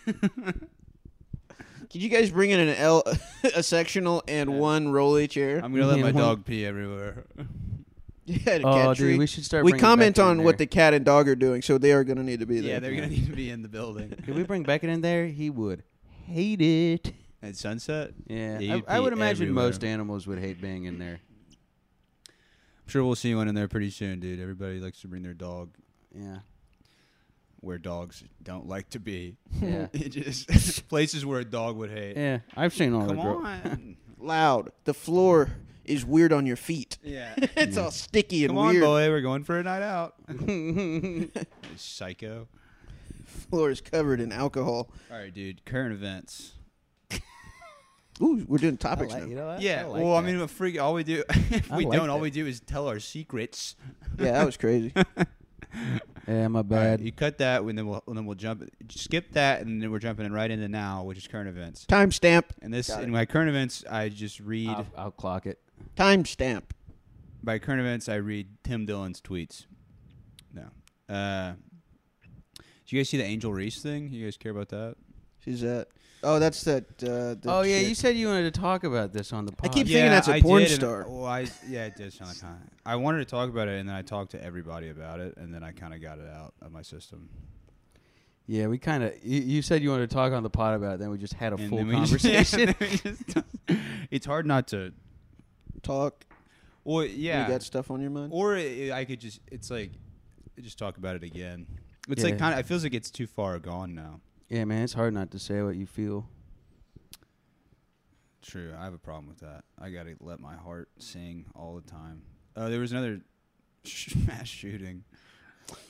Could you guys bring in an L, a sectional, and one rolly chair? I'm gonna let Yeah, my one- dog pee everywhere. yeah, a Oh, cat dude, treat. we should start. we bringing Beckett comment in on what there. the cat and dog are doing, so they are going to need to be there. Yeah, they're gonna need to be in the building. Did we bring Beckett in there? He would hate it. At sunset, Yeah, Yeah, you'd I, I be would imagine everywhere. most animals would hate being in there. I'm sure we'll see one in there pretty soon, dude. Everybody likes to bring their dog Yeah, where dogs don't like to be. yeah, It just places where a dog would hate. yeah. I've seen all Come the girl- on. Loud. The floor is weird on your feet. yeah. it's all sticky and Come on, weird. boy. We're going for a night out. Psycho. floor is covered in alcohol. All right, dude. Current events. Ooh, we're doing I topics like- now. you know what? Yeah. like well, I that. mean, a freak. All we do, if I we like don't, all that. we do is tell our secrets. yeah, that was crazy. yeah, my All right, bad. you cut that, and then we'll and then we'll jump, skip that, and then we're jumping in right into now, which is current events. Timestamp. And this, Got it. in my current events, I just read. I'll, I'll clock it. Timestamp. by current events, I read Tim Dillon's tweets. No. Uh, did you guys see the Angel Reese thing? You guys care about that? She's that. Oh, that's that. Uh, the Oh yeah, chick. you said you wanted to talk about this on the podcast. I keep- thinking that's a I porn did, and- star. well, I, yeah, it does sound kind of. I wanted to talk about it, and then I talked to everybody about it, and then I kind of got it out of my system. yeah, we kind of. You, you said you wanted to talk on the pod about it. Then we just had a And full then we just- conversation. and then we just- it's hard not to. talk. Or You yeah, got stuff on your mind? or uh, i I could just. It's like, just talk about it again. It's like Yeah. kind of. It feels like it's too far gone now. yeah, man, it's hard not to say what you feel. True. I have a problem with that. I gotta let my heart sing all the time. Uh, there was another sh- mass shooting.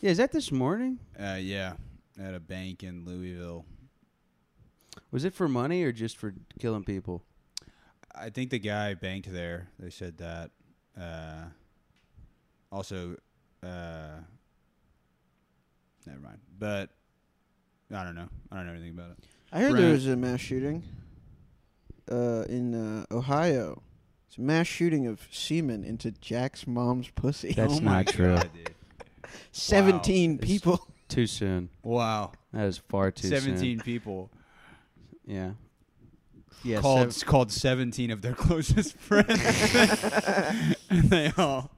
Yeah, is that this morning? Uh, yeah, at a bank in Louisville. Was it for money or just for killing people? I think the guy banked there. They said that. Uh, also, uh, never mind. But I don't know. I don't know anything about it. I heard there Brent. was a mass shooting uh, in uh, Ohio. It's a mass shooting of semen into Jack's mom's pussy. That's Oh my not true. God, dude. 17 It's- people. Too soon. Wow, That is far too soon. seventeen people Yeah. Yeah. called sev- called seventeen of their closest friends. And they all,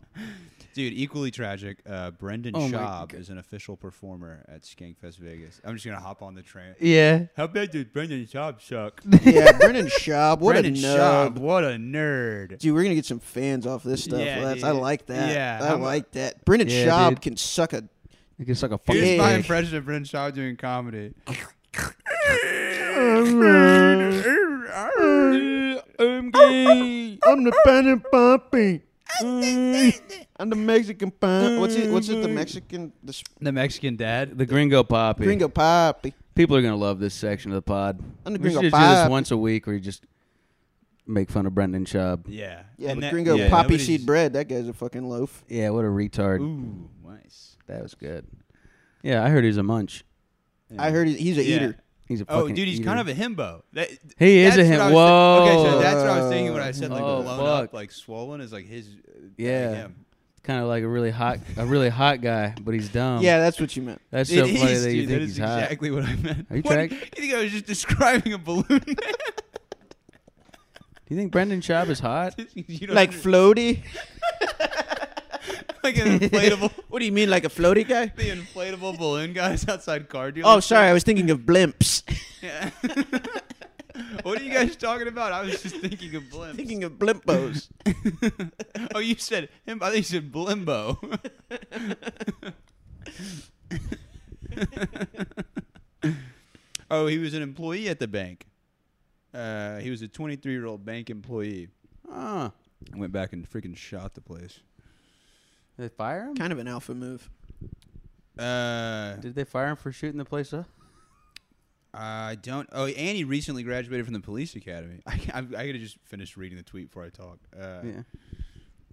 dude, equally tragic. Uh, Brendan Oh my Schaub God. is an official performer at Skankfest Vegas. I'm just gonna hop on the train. yeah. How bad does Brendan Schaub suck? yeah, Brendan Schaub. What Brendan a Schaub, nub. what a nerd. Dude, we're going to get some fans off this stuff. Yeah, That's- I dude. like that. Yeah, I I'm a- like that. Brendan Yeah, Schaub dude. can suck a. It gets like a fucking. Here's my Yeah. dick. impression of Brendan Schaub doing comedy. I'm gay. I'm the Spanish puppy. I'm the Mexican puppy. What's it? What's it? The Mexican. The sp- The Mexican dad. The Gringo Poppy. gringo puppy. People are gonna love this section of the pod. I'm the we Gringo should just do this Poppy. once a week, where you just make fun of Brendan Schaub. Yeah. Yeah, And the that- gringo yeah, poppy nobody's- seed bread. That guy's a fucking loaf. Yeah, what a retard. Ooh, nice. That was good. Yeah, I heard he's a munch. I heard he's, he's a Yeah. eater. He's a Oh, fucking dude, he's eater. kind of a himbo. That, He is a that's him- what I was thi- okay, so Whoa. that's what I was thinking when I said like Oh, blown fuck. up, like swollen is like his. uh, like Yeah. him. kind of like a really hot, a really hot guy, but he's Um, dumb. yeah, that's what you meant. that's so It funny is, that you dude. think is he's hot. exactly what I meant. Are you What- track- You think I was just describing a balloon? Do you think Brendan Schaub is hot? You don't Like under- floaty. like an inflatable, What do you mean, like a floaty guy? the inflatable balloon guys outside car dealers. Oh, sorry, I was thinking of blimps. Yeah. what are you guys talking about? I was just thinking of blimps. thinking of blimpos. oh, you said him. I think you said blimbo. oh, he was an employee at the bank. Uh, he was a 23 year old bank employee. Ah, Went back and freaking shot the place. did they fire him? kind of an alpha move. Uh, Did they fire him for shooting the place up? I don't. Oh, and he recently graduated from the police academy. I I, I gotta just finish reading the tweet before I talk. Uh, yeah. Yeah,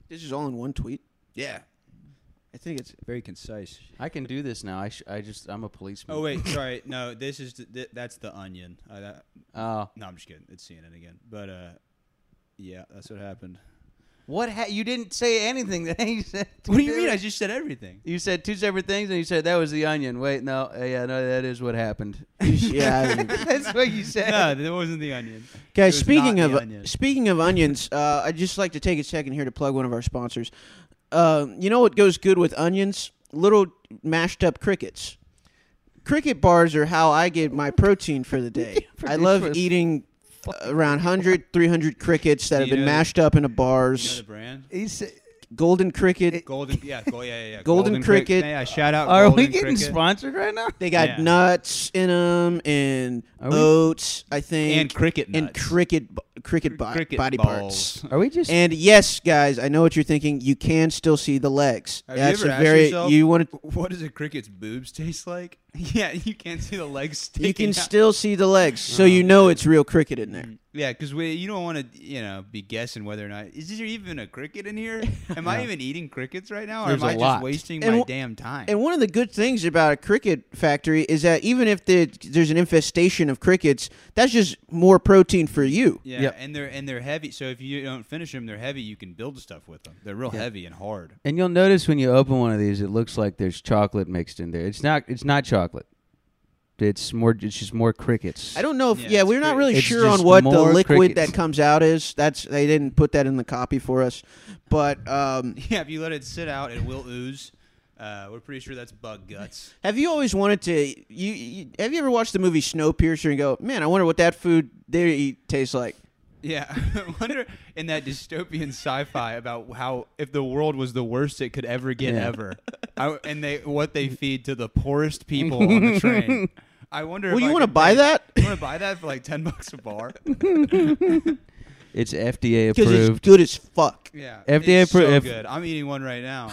This is all in one tweet. I think it's very concise. I can do this now. I sh- I just I'm a policeman. Oh wait, sorry. No, this is the, th- that's the Onion. Uh, that, Oh, no, I'm just kidding. It's CNN again. But uh, yeah, that's what happened. what? Ha- you didn't say anything that you said. What do you mean? I just said everything. You said two separate things, and you said that was the onion. Wait, no, uh, yeah, no, that is what happened. yeah. I- That's what you said. no, that wasn't the Onion. It Guys, was speaking not of uh, the onion. speaking of onions, uh, I'd just like to take a second here to plug one of our sponsors. Uh, you know what goes good with onions? Little mashed up crickets. Cricket bars are how I get my protein for the day. I Produce love was- eating around 100, 300 crickets that Do have you been know the- mashed up into You know bars. the brand? He said, Golden cricket. Golden, yeah, go, yeah, yeah, yeah. Golden Crick- Cricket. Yeah, shout out. "Are Golden we getting cricket. sponsored right now?" they got Yeah. nuts in them and Are we- oats, I think, And cricket and nuts. cricket bo- cricket, bo- Cricket body balls. parts. Are we just? And yes, guys, I know what you're thinking. You can still see the legs. Have That's you ever a asked very yourself, you want to. What does a cricket's boobs taste like? Yeah, you can't see the legs sticking. You can out. still see the legs, so Uh-huh. you know it's real cricket in there. Yeah, because we you don't want to you know be guessing whether or not is there even a cricket in here? Am I even eating crickets right now? Or There's am a I lot. just wasting And my wh- damn time? And one of the good things about a cricket factory is that even if the, there's an infestation of crickets, that's just more protein for you. yeah, Yep. and they're and they're heavy. So if you don't finish them, they're heavy. You can build stuff with them. They're real heavy and hard. And you'll notice when you open one of these, it looks like there's chocolate mixed in there. It's not. It's not chocolate. It's more. It's just more crickets. I don't know if Yeah, yeah, it's we're not great. really It's sure on just what the more liquid crickets. that comes out is. That's they didn't put that in the copy for us, but um, Yeah, if you let it sit out, it will ooze. Uh, we're pretty sure that's bug guts. have you always wanted to? You, you have you ever watched the movie Snowpiercer and go, man, I wonder what that food they eat tastes like. Yeah, I wonder in that dystopian sci-fi about how if the world was the worst it could ever get Yeah. ever, I, and they what they feed to the poorest people on the train. I wonder. Well, if you want to buy that? You want to buy that for like ten bucks a bar? It's FDA Because it's approved, good as fuck. Yeah, FDA it's so appro- if- good. I'm eating one right now.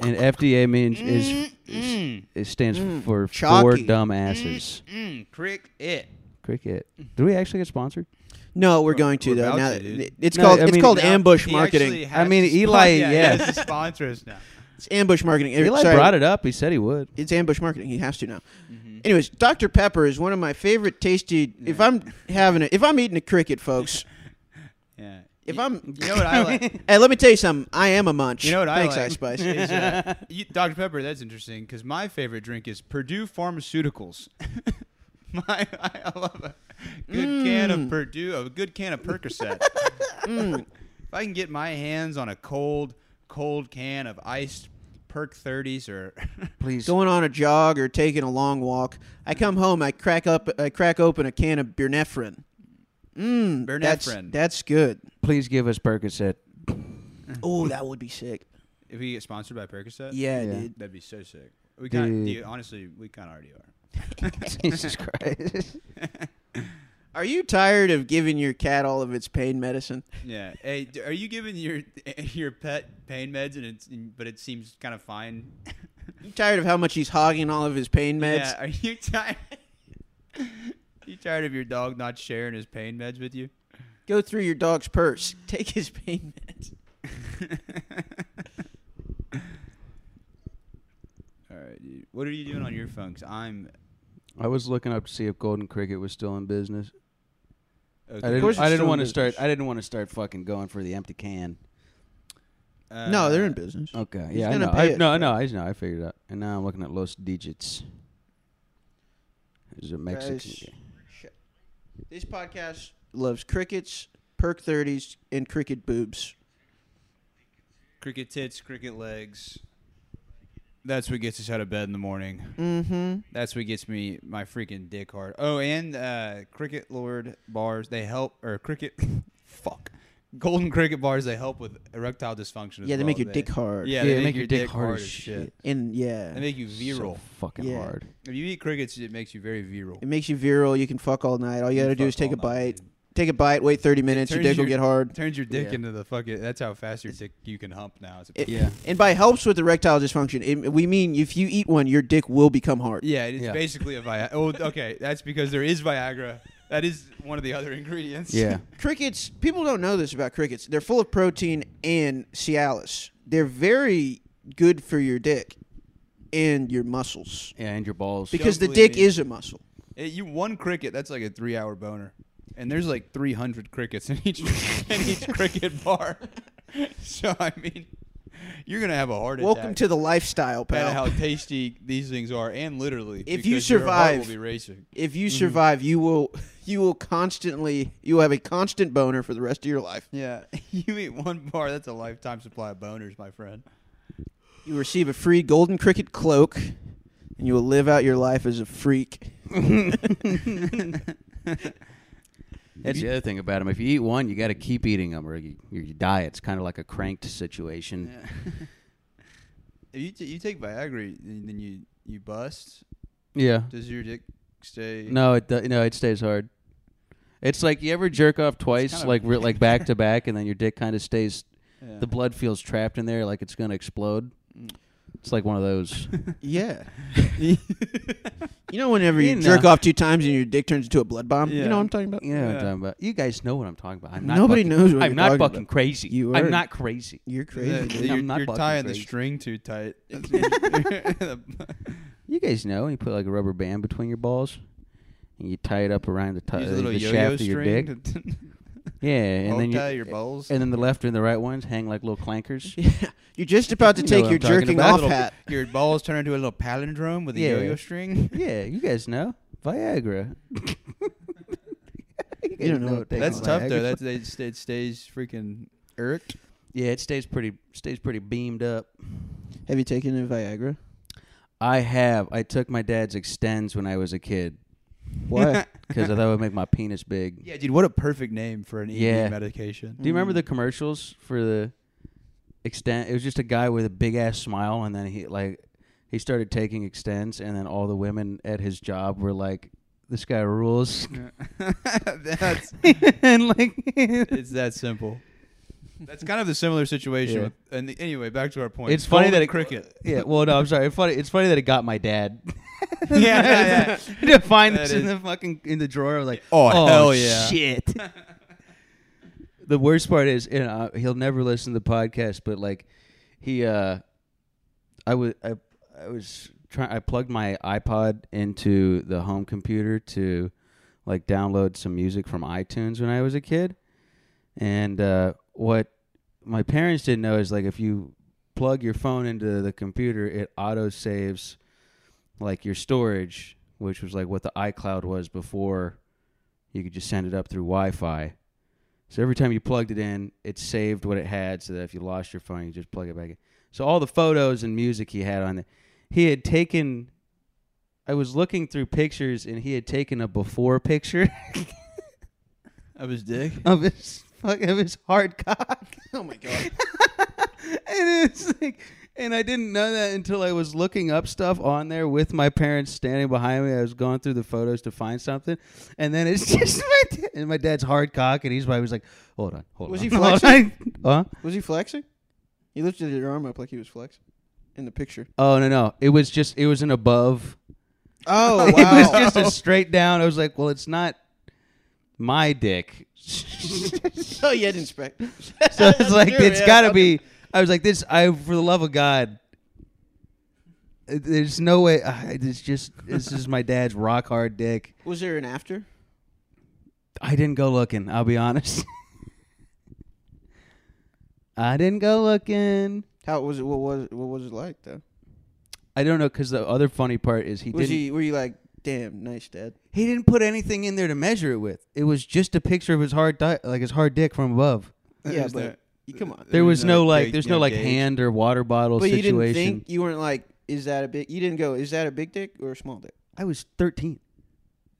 and FDA means is, is Mm, it stands for four chalky. dumb asses. mm, crick it. Cricket. Do we actually get sponsored? No, we're going to we're though. about Now, to, dude. it's No, called I it's mean- called Now, ambush he actually marketing. has I mean, to spon- Eli, yeah, he yeah. has to sponsor us now. It's ambush marketing. Er, Eli sorry. brought it up. He said he would. It's ambush marketing. He has to now. Mm. Anyways, Dr Pepper is one of my favorite tasty. If I'm having it, if I'm eating a cricket, folks. Yeah. If You- I'm- you know what I like. Hey, let me tell you something. I am a munch. You know what I Thanks, like? Spice. is, uh, you- Dr. Pepper, that's interesting because my favorite drink is Purdue Pharmaceuticals. my, I love a good can Mm. of Purdue, a good can of Percocet. If I can get my hands on a cold, cold can of iced Perc 30s or Please. Going on a jog or taking a long walk. I come home. I crack up. I crack open a can of Burnefrin. Mmm. That's, Burnefrin. that's good. Please give us Percocet. Mm. Oh, that would be sick. if we get sponsored by Percocet, Yeah, Yeah. dude. that'd be so sick. We kind Dude. of, honestly, we kind of already are. Jesus Christ. Are you tired of giving your cat all of its pain medicine? Yeah. Hey, d- are you giving your your pet pain meds and it's and, but it seems kind of fine? You tired of how much he's hogging all of his pain meds? Yeah. Are you tired? you tired of your dog not sharing his pain meds with you? Go through your dog's purse. Take his pain meds. All right. dude. What are you doing on your phone? Cause I'm. I was looking up to see if Golden Cricket was still in business. Okay. I didn't, course I it's didn't still in want to business. start. I didn't want to start fucking going for the empty can. Uh, no, they're in business. Okay. He's Yeah. I gonna know. pay I, it, no, bro. no. I know. I figured it out. And now I'm looking at Los Digits. Is a Mexican. Guys, sh- This podcast loves crickets, perk 30s, and cricket boobs. Cricket tits, cricket legs. That's what gets us out of bed in the morning. Mm-hmm. That's what gets me my freaking dick hard. Oh, and uh, Cricket Lord bars they help or Cricket, fuck, Golden Cricket bars they help with erectile dysfunction. As Yeah, they make well. your dick hard. Yeah, Yeah, they make your dick hard as shit. And They yeah, make you virile. So fucking Yeah. hard. if you eat crickets, it makes you very virile. it makes you virile. You can fuck all night. All you You got to do fuck is take all a night, bite. Take a bite, wait 30 minutes, your turns dick will your- get hard. Turns your dick Yeah. into the fucking. That's how fast your dick you can hump now. It's a- It- Yeah. And by helps with erectile dysfunction, it, we mean if you eat one, your dick will become hard. yeah, it's Yeah. basically a Viagra. Oh, okay, that's because there is Viagra. That is one of the other ingredients. Yeah. Crickets, people don't know this about crickets. They're full of protein and Cialis. They're very good for your dick and your muscles Yeah. And your balls. because the Don't dick believe me. is a muscle. Eh, you one cricket, that's like a three-hour boner, and there's like 300 crickets in each in each cricket bar. So I mean, you're gonna have a heart Welcome attack. to the lifestyle, no matter pal. how tasty these things are, and literally, If you because your heart will survive- be racing. if you survive, you will you will constantly you will have a constant boner for the rest of your life. Yeah, you eat one bar, that's a lifetime supply of boners, my friend. You receive a free golden cricket cloak, and you will live out your life as a freak. That's the other thing about them. If you eat one, you got to keep eating them, or you, you you die. It's kind of like a cranked situation. Yeah. if you t- you take Viagra, and then you you bust. Yeah. Does your dick stay? No, it do- no, it stays hard. It's like you ever jerk off twice, kinda- like re- like back to back, and then your dick kind of stays. Yeah. The blood feels trapped in there, like it's gonna explode. Mm. It's like one of those. Yeah. you know, whenever you, You know. jerk off two times and your dick turns into a blood bomb, you Yeah. know what I'm talking about? You know what I'm Yeah. talking about. You guys know what I'm talking about. I'm not Nobody fucking, knows what I'm you're not talking fucking about. crazy. You are. I'm not crazy. You're Yeah, crazy. dude. you're, I'm not you're fucking tying crazy. the string too tight. You guys know you put like a rubber band between your balls, and you tie it up around the, t- Use a the, little yo-yo shaft of your string dick. to t- Yeah, and then hog you, tie your balls. and then the left and the right ones hang like little clankers. Yeah. You're just about to You know take what your I'm talking jerking about. off Little- hat. Your balls turn into a little palindrome with a Yeah. yo-yo string. yeah, you guys know Viagra. You guys don't know what they That's call tough Viagra. though. That's it, st- it stays freaking irked. yeah, it stays pretty stays pretty beamed up. Have you taken a Viagra? I have. I took my dad's extends when I was a kid Why? because I thought it would make my penis big. Yeah, dude, what a perfect name for an ED Yeah. medication. Do you remember Mm. the commercials for the extent? It was just a guy with a big ass smile, and then he like he started taking extends, and then all the women at his job were like, "This guy rules," That's and like. it's that simple. That's kind of the similar situation. Yeah. With, and the, anyway, back to our point. It's funny Golden that it cricket. Yeah, well, no, I'm sorry. It's funny. It's funny that it got my dad. Yeah, yeah, to find That this in is- the fucking in the drawer, I was like, Oh, hell yeah. shit. the worst part is, and uh, he'll never listen to the podcast, but like, he, uh, I was, I, I was trying. I plugged my iPod into the home computer to, like, download some music from iTunes when I was a kid, and uh, what my parents didn't know is like if you plug your phone into the computer, it auto saves like your storage, which was like what the iCloud was before you could just send it up through Wi Fi. So every time you plugged it in, it saved what it had so that if you lost your phone, you just plug it back in. So all the photos and music he had on it, he had taken. I was looking through pictures and he had taken a before picture Of his dick. of his of his hard cock. oh my god. and it's like and I didn't know that until I was looking up stuff on there with my parents standing behind me. I was going through the photos to find something, and then it's just my dad, and my dad's hard cock, and he's probably was like, "Hold on, hold Was on." he hold flexing? on." Huh? Was he flexing? He lifted your arm up like he was flexing in the picture. Oh no, no, it was just it was an above. Oh It was just a straight down. I was like, "Well, it's not my dick." oh, you had to inspect. So it's like it's got to be. I was like, this. I for the love of God. uh, There's no way. Uh, it's just this is my dad's rock hard dick. Was there an after? I didn't go looking. I'll be honest. I didn't go looking. How was it? What was it? What was it like though? I don't know because the other funny part is he Was didn't. He-, he? Were you like, damn, nice dad? didn't put anything in there to measure it with. It was just a picture of his hard di- like his hard dick from above. Yeah, Is but there- you come on. There was no like. big, There's you no know, like gauge. hand or water bottle But you situation. didn't think you weren't like, is that a big? You didn't go, is that a big dick or a small dick? I was 13.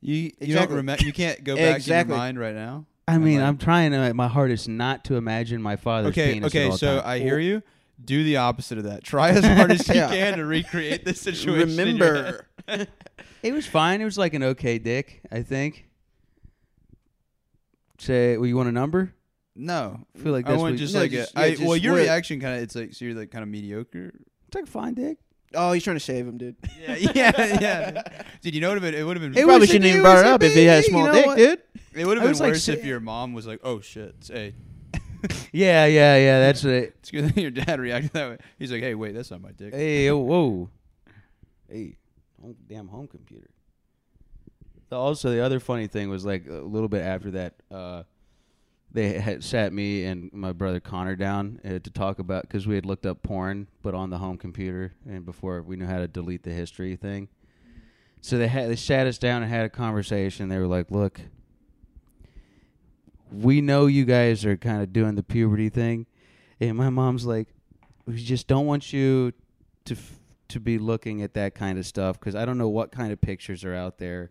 You you Exactly. don't remember. You can't go back Exactly. in your mind right now. I mean, like- I'm trying to, at my hardest not to imagine my father's Okay, penis. at okay. all So time. I hear you. Do the opposite of that. Try as hard as you Yeah. can to recreate this situation. in your head. Remember, it was fine. It was like an okay dick, I think. Say, well, you want a number? No, I feel like I that's want what- just No, like just- a. yeah, I just well, your what- reaction kind of it's like so you're like kind of mediocre. It's like a fine dick. oh, he's trying to save him, dude. Yeah, yeah, yeah. Dude, you know what would have been? It would have been. It It, was Probably a- shouldn't even was brought it a up if he had a big- you small know dick, what? dude. would I have been was like, worse if shit. your mom was like, "Oh shit, hey." Yeah, yeah, yeah. That's it. It's good that your dad reacted that way. He's like, "Hey, wait, that's not my dick." Hey, oh, whoa. Hey, home, damn home computer. The- Also, the other funny thing was like a little bit after that, uh, they had sat me and my brother Connor down uh, to talk about because we had looked up porn, but on the home computer, and before we knew how to delete the history thing. So they had they sat us down and had a conversation. They were like, "Look, we know you guys are kind of doing the puberty thing," and my mom's like, "We just don't want you to f- to be looking at that kind of stuff because I don't know what kind of pictures are out there,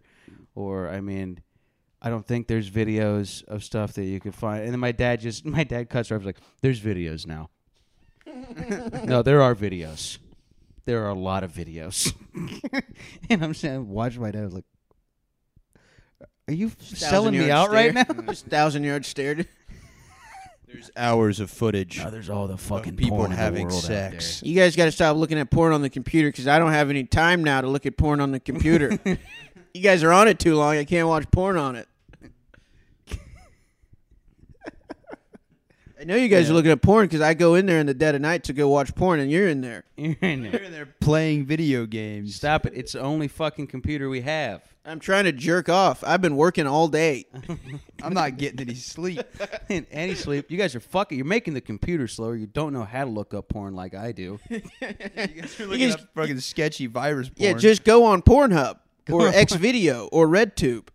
or I mean, I don't think there's videos of stuff that you could find. And then my dad just my dad cuts her off like, "There's videos now." no, there are videos. There are a lot of videos. and I'm saying, watch my dad like, "Are you selling me out right now?" Just thousand yard stare. dude. There's hours of footage No, there's all the fucking of people porn in the having world out sex. You guys got to stop looking at porn on the computer because I don't have any time now to look at porn on the computer. you guys are on it too long. I can't watch porn on it. I know you guys are looking at porn because I go in there in the dead of night to go watch porn, and you're in there. there. You're in there. They're playing video games. Stop it! It's the only fucking computer we have. I'm trying to jerk off. I've been working all day. I'm not getting any sleep. in any sleep. You guys are fucking. You're making the computer slower. You don't know how to look up porn like I do. you guys are looking just- up fucking sketchy virus porn. Yeah, just go on Pornhub or X Video or RedTube.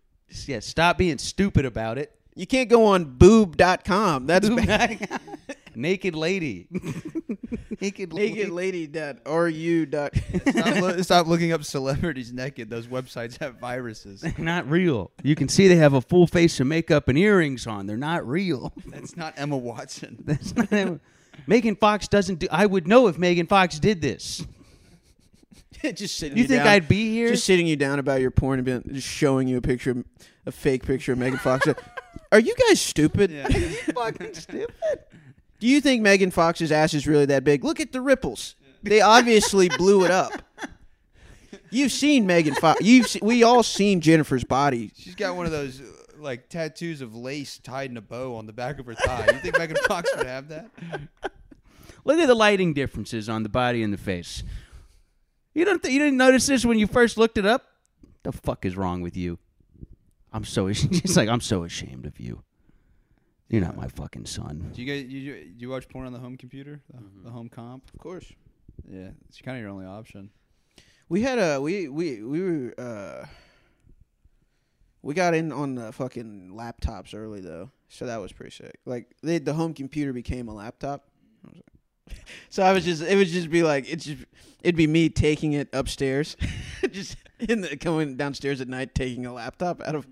yeah, stop being stupid about it. You can't go on boob.com. That's bad. Naked lady. Naked lady. nakedlady.ru. stop, loo- stop looking up celebrities naked. Those websites have viruses. Not real. You can see they have a full face of makeup and earrings on. They're not real. That's not Emma Watson. That's not them. Megan Fox doesn't do. I would know if Megan Fox did this. just sitting You think down. I'd be here? just sitting you down about your porn and being, just showing you a picture, of, a fake picture of Megan Fox? Are you guys stupid? fucking stupid. Do you think Megan Fox's ass is really that big? Look at the ripples. They obviously blew it up. You've seen Megan Fox. You've se- we all seen Jennifer's body. She's got one of those uh, like tattoos of lace tied in a bow on the back of her thigh. You think Megan Fox would have that? Look at the lighting differences on the body and the face. You don't th- you didn't notice this when you first looked it up? The fuck is wrong with you? I'm so ash- it's like I'm so ashamed of you. You're not my fucking son. Do you guys you, you- do you watch porn on the home computer, the, the home comp? Of course. Yeah, it's kind of your only option. We had a we we we were uh we got in on the fucking laptops early though, so that was pretty sick. Like they, the home computer became a laptop. I was like- So I was just it would just be like it's just it'd be me taking it upstairs, just in the going downstairs at night taking a laptop out of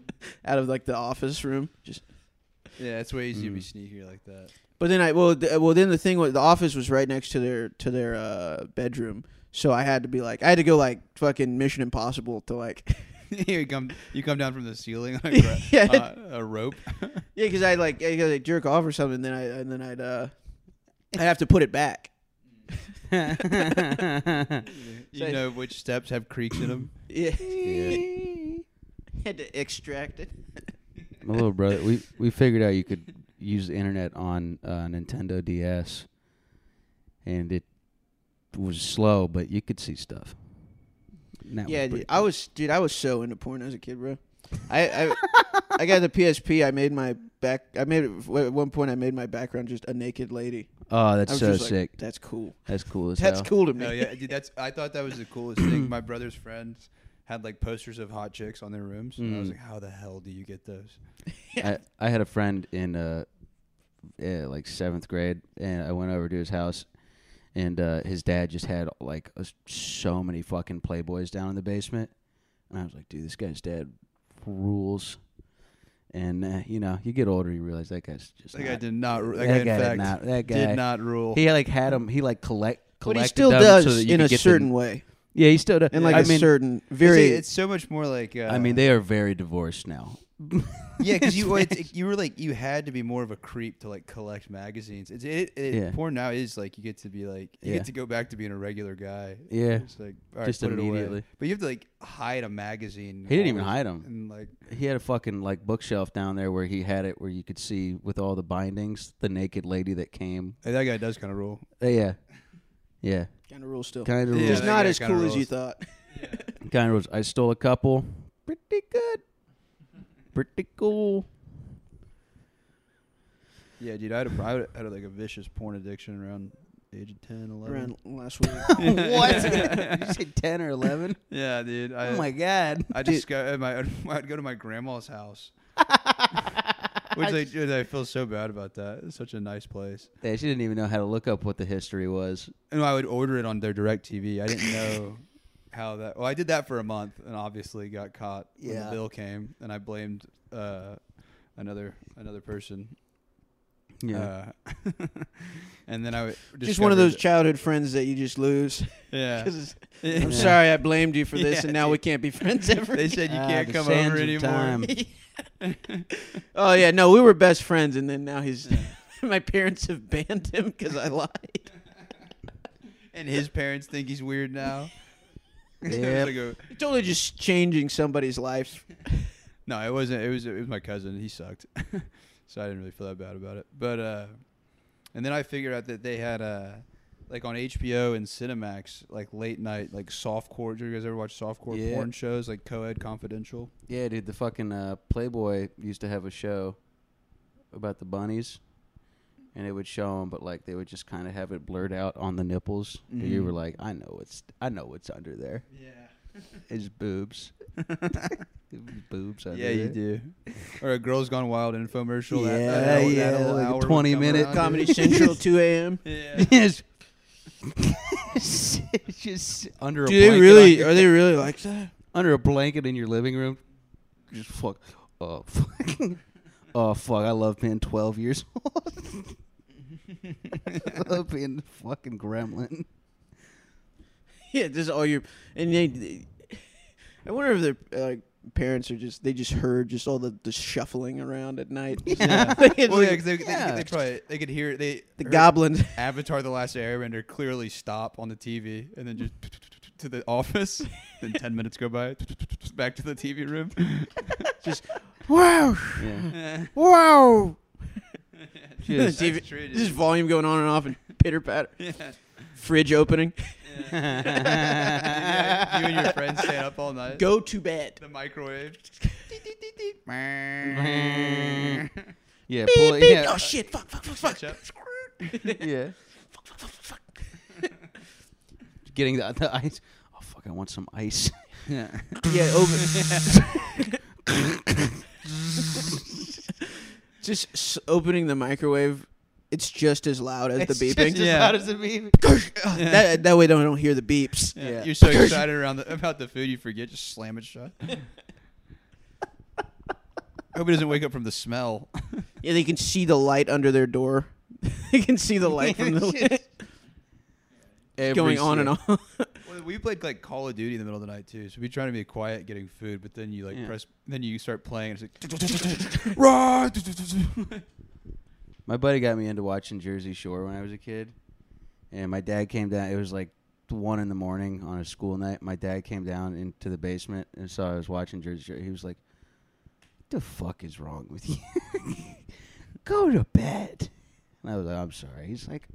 out of like the office room. Just Yeah, it's way easier to be sneaky like that. but then I well th- well then the thing was the office was right next to their to their uh, bedroom, so I had to be like I had to go like fucking Mission Impossible to like you come you come down from the ceiling on a, gra- Yeah. uh, a rope. Yeah, because I like I like jerk off or something, then I and then I'd uh, I'd have to put it back. You know which steps have creaks in them. Yeah, Yeah. had to extract it. My little brother, we we figured out you could use the internet on uh, Nintendo DS, and it was slow, but you could see stuff. And that was yeah, pretty dude, I was dude, I was so into porn as a kid, bro. I I, I got the PSP. I made my back. I made at one point. I made my background just a naked lady. cool. Oh, I that's was so just like, sick. That's cool. That's cool as That's hell. cool to me. No, yeah, dude, that's I thought that was the coolest thing. My brother's friends had like posters of hot chicks on their rooms, and I was Mm. like, "How the hell do you get those?" I, I had a friend in uh, eh, like seventh grade, and I went over to his house, and uh, his dad just had like a s so many fucking Playboys down in the basement, and I was like, dude, this guy's dad rules. And uh, you know, you get older, you realize that guy's just That not, guy did not. ru- That, that guy, guy in did fact, not- that guy- did not rule. He like had him. He like collect. but he collected still them does so that you in could a get the- certain way, yeah, he still does. in like I a mean, certain It's- very. It's, so much more like. Uh, I mean, they are very divorced now. yeah, because you it's, you were like you had to be more of a creep to like collect magazines. It's it, it Yeah. porn now is like you get to be like you Yeah. get to go back to being a regular guy. Yeah. it's like all right, Just put it away. immediately. But you have to like hide a magazine. He didn't even always, hide 'em. And like He had a fucking like bookshelf down there where he had it where you could see with all the bindings the naked lady that came. hey, that guy does kind of rule. Uh, yeah, yeah, kind of rule still. kind of Yeah, Just that not guy as kinda cool as you rules. thought. kind of rules. I stole a couple. Pretty good. Pretty cool. Yeah, dude, I had a I had, I had like a vicious porn addiction around the age of 10, 11. Around last week. what? Did you say ten or eleven? Yeah, dude. I, oh my god. I just go my I'd go to my grandma's house. Which like, dude, I feel so bad about that. It's such a nice place. Yeah, she didn't even know how to look up what the history was. And I would order it on their direct TV. I didn't know how that. Well, I did that for a month and obviously got caught when Yeah. the bill came, and I blamed uh, another another person. Yeah. Uh, and then I w- Just one of those discovered- childhood friends that you just lose. yeah. 'Cause it's- Yeah. I'm sorry I blamed you for this, Yeah, and now dude. we can't be friends ever. They said you Ah, can't the come over sands of anymore. time. oh yeah, no, we were best friends, and then now he's. my parents have banned him because I lied. And his parents think he's weird now. It was Yep. like a- You're totally just changing somebody's life. no, it wasn't. It was it was my cousin. He sucked, so I didn't really feel that bad about it. But uh, and then I figured out that they had uh, like on HBO and Cinemax, like late night, like softcore. Do you guys ever watch softcore Yeah. porn shows like Coed Confidential? Yeah, dude, the fucking uh, Playboy used to have a show about the bunnies, and it would show them, but like they would just kind of have it blurred out on the nipples, and you Mhm. were like, I know it's, I know what's under there. Yeah. It's boobs. boobs. Under Yeah, you there. do. or a Girls Gone Wild infomercial. that- Yeah, that, whole- that yeah, whole like a hour would 20 come minute around, dude. Comedy Central, 2 a.m. Yeah. Yes. It's just under Do a blanket they on really? your- Are they really like that? under a blanket in your living room? Just fuck. Oh fuck. oh fuck. I love being twelve years old. I love being a fucking gremlin. Yeah, this is all your and they. they- I wonder if their uh, like parents are just they just heard just all the, the shuffling around at night. Yeah. It's Well, yeah, like 'cause they, they- yeah. They, probably they could hear they er, the heard goblins. Avatar: The Last Airbender clearly stop on the TV and then just to the office. then ten minutes go by, back to the TV room. Wow! Yeah. Wow! Just- TV This is volume going on and off and pitter patter. yeah. Fridge opening. you, and your friends stay up all night. Go to bed. the microwave. yeah. Beep, Pull it. beep. Yeah. Oh shit! Fuck! Fuck! Fuck! Fuck! Ketchup. yeah. Fuck! Fuck! Fuck! Fuck! Getting the, the ice. Oh fuck. I want some ice. yeah. fuck. Yeah, open. just s- opening the microwave. It's just as loud as the beeping. as Yeah. loud as the beeping. that, that way, don't don't hear the beeps. Yeah. Yeah. You're so excited around the, about the food you forget, just slam it shut. Hope he doesn't wake up from the smell. Yeah, they can see the light under their door. they can see the light from the going on and on. Well, we played like Call of Duty in the middle of the night too, so we trying to be quiet getting food, but then you like Yeah. press, then you start playing. And it's like, run! My buddy got me into watching Jersey Shore when I was a kid, and my dad came down. It was like one in the morning on a school night. My dad came down into the basement and saw I was watching Jersey Shore. He was like, "What the fuck is wrong with you? Go to bed." And I was like, "I'm sorry." He's like,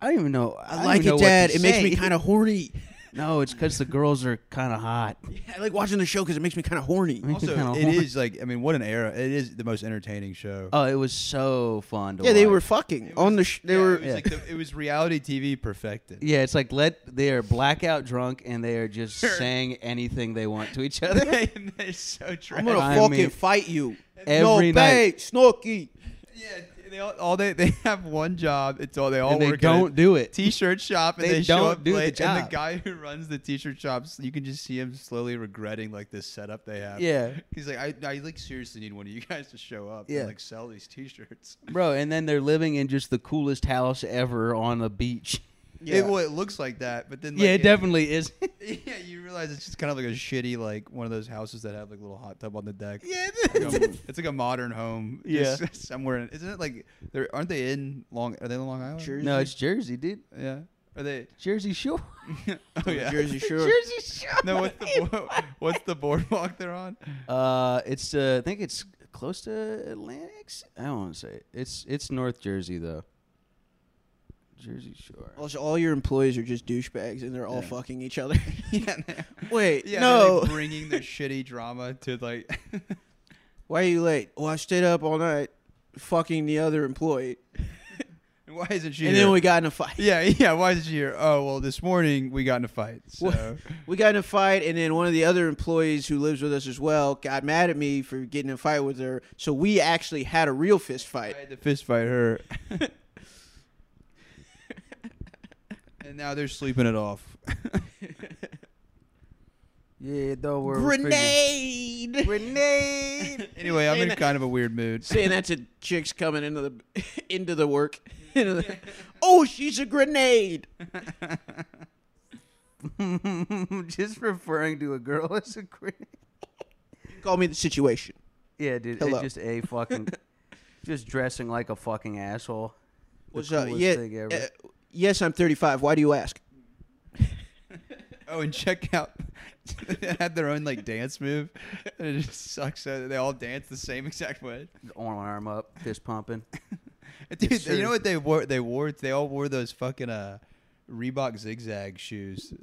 "I don't even know. I, I, don't like even know it, what Dad. to It makes me say." kind of horny. No, it's because the girls are kind of hot. I like watching the show because it makes me kind of horny. Makes me also, kinda it horny. is like I mean, what an era! It is the most entertaining show. Oh, it was so fun to Yeah, they watch. were fucking It on was- the. Sh- they yeah, were. It was, like the, it was reality TV perfected. Yeah, it's like let they are blackout drunk and they are just saying anything they want to each other. And they're so trash. I'm gonna I fucking mean- fight you. Every no, babe, night. Snorky. Yeah, they all, all they they have one job. It's all they all and they work don't at do a it. t-shirt shop, and They they, show don't up do the late. And job. the guy who runs the t-shirt shops, you can just see him slowly regretting like this setup they have. Yeah. he's like, I, I like seriously need one of you guys to show up Yeah. and like sell these t-shirts. Bro, and then they're living in just the coolest house ever on the beach. Yeah. It, well, it looks like that, but then like, yeah, it definitely is. Yeah, you realize it's just kind of like a shitty like one of those houses that have like a little hot tub on the deck. yeah. Like a- it's like a modern home. Yeah. just somewhere. In, isn't it like? They're, aren't they in Long? Are they in Long Island? Jersey. No, it's Jersey, dude. Yeah. Are they? Jersey Shore. oh yeah. Jersey Shore. Jersey Shore. No, what's the bo- what's the boardwalk they're on? Uh, it's uh, I think it's close to Atlantic. Ci- I don't want to say it. it's it's North Jersey though. Jersey Shore. Also, all your employees are just douchebags, and they're all Yeah. fucking each other. Yeah, they're- Wait, yeah, they're, no. like, bringing their shitty drama to like. Why are you late? Well, I stayed up all night, fucking the other employee, why isn't she? and here? then we got in a fight. Yeah, yeah. Why isn't she here? Oh well, this morning we got in a fight. So Well, we got in a fight, and then one of the other employees who lives with us as well got mad at me for getting in a fight with her. So we actually had a real fist fight. I had to fist fight her. and now they're sleeping it off. Yeah, though we're Grenade. Grenade. Anyway, I'm in kind of a weird mood. saying that to chicks coming into the into the work. Into the- oh, she's a grenade. just referring to a girl as a grenade. Call me the situation. Yeah, dude. Hello. It's just a fucking, just dressing like a fucking asshole. The What's up? coolest Yeah, thing ever. uh, yes, I'm 35. Why do you ask? Oh, and check out. they had their own like dance move, and it just sucks. That they all dance the same exact way. One arm up, fist pumping. Dude, Yes, you sir. know what they wore? They wore. They all wore those fucking uh, Reebok zigzag shoes.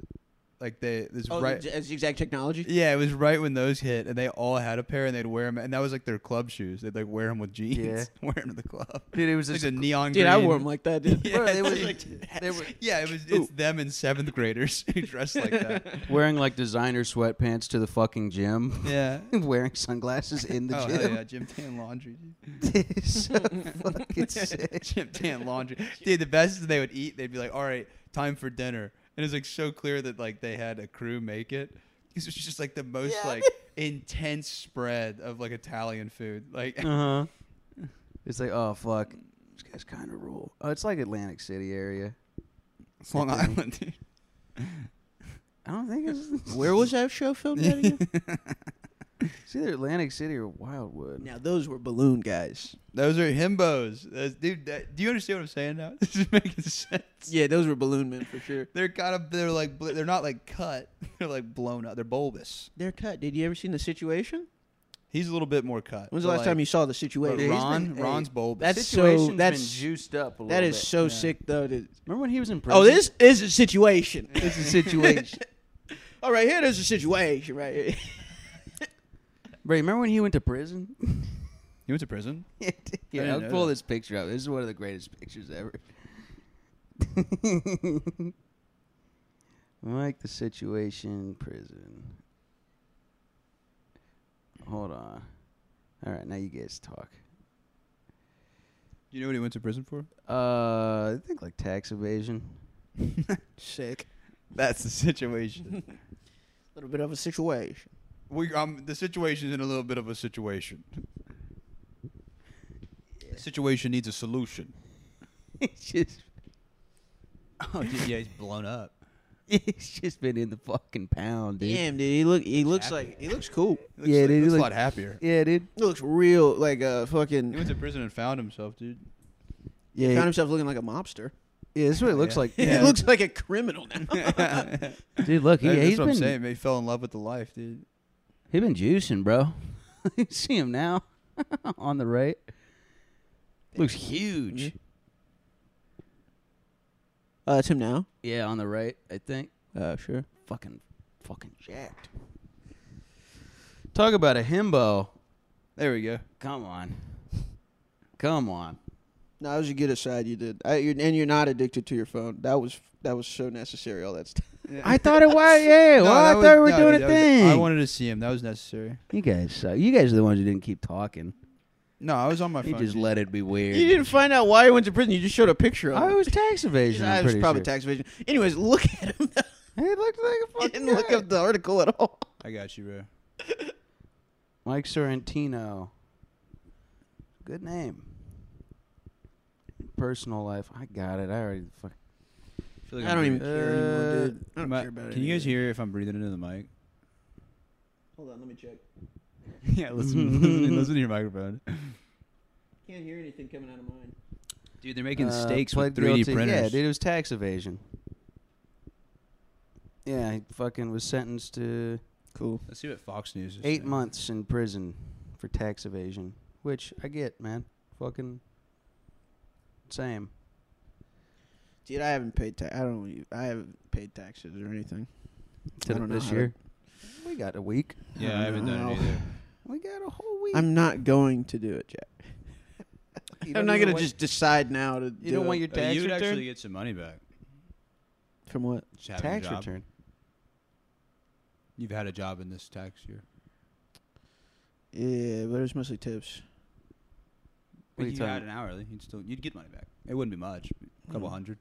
Like they this Oh, right. the zigzag technology. yeah, it was right when those hit, and they all had a pair, and they'd wear them, and that was like their club shoes. They'd like wear them with jeans, Yeah. wear them to the club. Dude, it was Like just a neon. Dude, I green. wore them like that. Dude. Yeah, Bro, they it's was- like- they were- yeah, it was. It's them in seventh graders who dress like that. wearing like designer sweatpants to the fucking gym. Yeah. wearing sunglasses in the oh hell gym. yeah, Jim Tan laundry. dude. It's so fucking sick. Jim Tan laundry. Dude, the best is they would eat. They'd be like, "All right, time for dinner," and it's like so clear that like they had a crew make it. This was just like the most like intense spread of like Italian food. Like, Uh huh. It's like, oh fuck, this guy's kind of rule. Oh, it's like Atlantic City area. it's Long Island, dude. I don't think it's. Where was that show filmed at again? It's either Atlantic City or Wildwood. now those were balloon guys. Those are himbos, Those- dude. That, do you understand what I'm saying now? This is making sense. Yeah, those were balloon men for sure. They're kind of they're like bl- they're not like cut. They're like blown up. They're bulbous. They're cut. Did you ever seen the situation? He's a little bit more cut. When's the last time you saw the situation? he's Ron, been- hey, Ron's bulbous. that's Situation's so that's been juiced up a little that is bit. so sick though. To, Remember when he was in prison? oh, this is a situation. It's a situation. All right, here there's a situation right here. Bro, you remember when he went to prison? he went to prison. yeah, didn't I'll know pull that. this picture up. This is one of the greatest pictures ever. like the situation, prison. Hold on. All right, now you guys talk. You know what he went to prison for? Uh, I think like tax evasion. Sick. That's the situation. A little bit of a situation. we um the situation's in a little bit of a situation. The situation needs a solution. it's just, Oh dude, yeah, he's blown up. it's just been in the fucking pound, dude. Damn, dude, he look he looks like he looks cool. He looks, Yeah, like- dude, he looks a look- lot happier. Yeah, dude. He looks real like a He fucking went to prison and found himself, dude. Yeah, found himself looking like a mobster. yeah. That's what it looks Yeah. like. He looks like a criminal now. dude. Look, he, That's he's what I'm been saying. He fell in love with the life, dude. He been juicing, bro. you see him now on the right. Looks huge. uh, it's him now. Yeah, on the right, I think. Uh, sure. Fucking, fucking jacked. Talk about a himbo. There we go. Come on, come on. No, that was a good aside you did. I, you're, and you're not addicted to your phone. That was that was so necessary. All that stuff. I thought it was. Yeah, No, well, that I thought was- we were no, doing dude, a that was- thing. I wanted to see him. That was necessary. you guys, suck. you guys are the ones who didn't keep talking. No, I was on my You phone. just dude. let it be weird. You didn't find out why he went to prison. You just showed a picture of him. I was tax evasion. Yeah, I'm it was pretty probably sure. tax evasion. Anyways, look at him. He looked like I a didn't fucking. look guy. up the article at all. I got you, bro. Mike Sorrentino. Good name. Personal life. I got it. I already fuck. I don't even care anymore, Uh, dude. I don't Am I- care about it. Can you guys anymore. hear if I'm breathing into the mic? Hold on, let me check. yeah, listen, listen, listen to your microphone. Can't hear anything coming out of mine. Dude, they're making Uh, steaks pled with 3D guilty- printers. Yeah, dude, it was tax evasion. Yeah, he fucking was sentenced to Cool. Let's see what Fox News is. eight saying. months in prison for tax evasion, which I get, man. Fucking same. Dude, I haven't paid tax. I don't. e- I haven't paid taxes or anything. To I don't know this how to- year, we got a week. Yeah, I haven't done it either. We got a whole week. I'm not going to do it, Jack. You I'm don't not even gonna want- just decide now to. You don't want your Uh, tax you would return. actually get some money back. from what? Just having a tax job. return. You've had a job in this tax year. Yeah, but it was mostly tips. What But are if you you talking had an hourly, you'd still you'd get money back. It wouldn't be much, but a couple Mm. hundred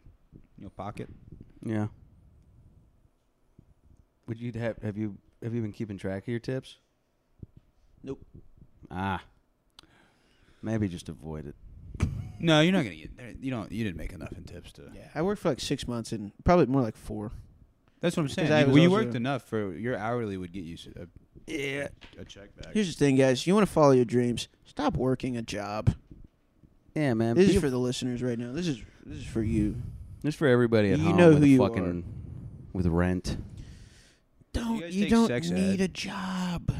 in your pocket. Yeah. Would you have have you Have you been keeping track of your tips? Nope. Ah. Maybe just avoid it. No, you're not gonna get. there- You don't. You didn't make enough in tips to. Yeah, I worked for like six months and probably more like four. That's what I'm saying. I You- was well, you also- worked enough for your hourly would get you s- a, Yeah. a check back. Here's the thing, guys. You want to follow your dreams? Stop working a job. Yeah, man. This be- is for the listeners right now. This is this is for you. this is for everybody at You home. know with who you are. fucking, With rent. Don't guys you, take don't sex need ed? a job.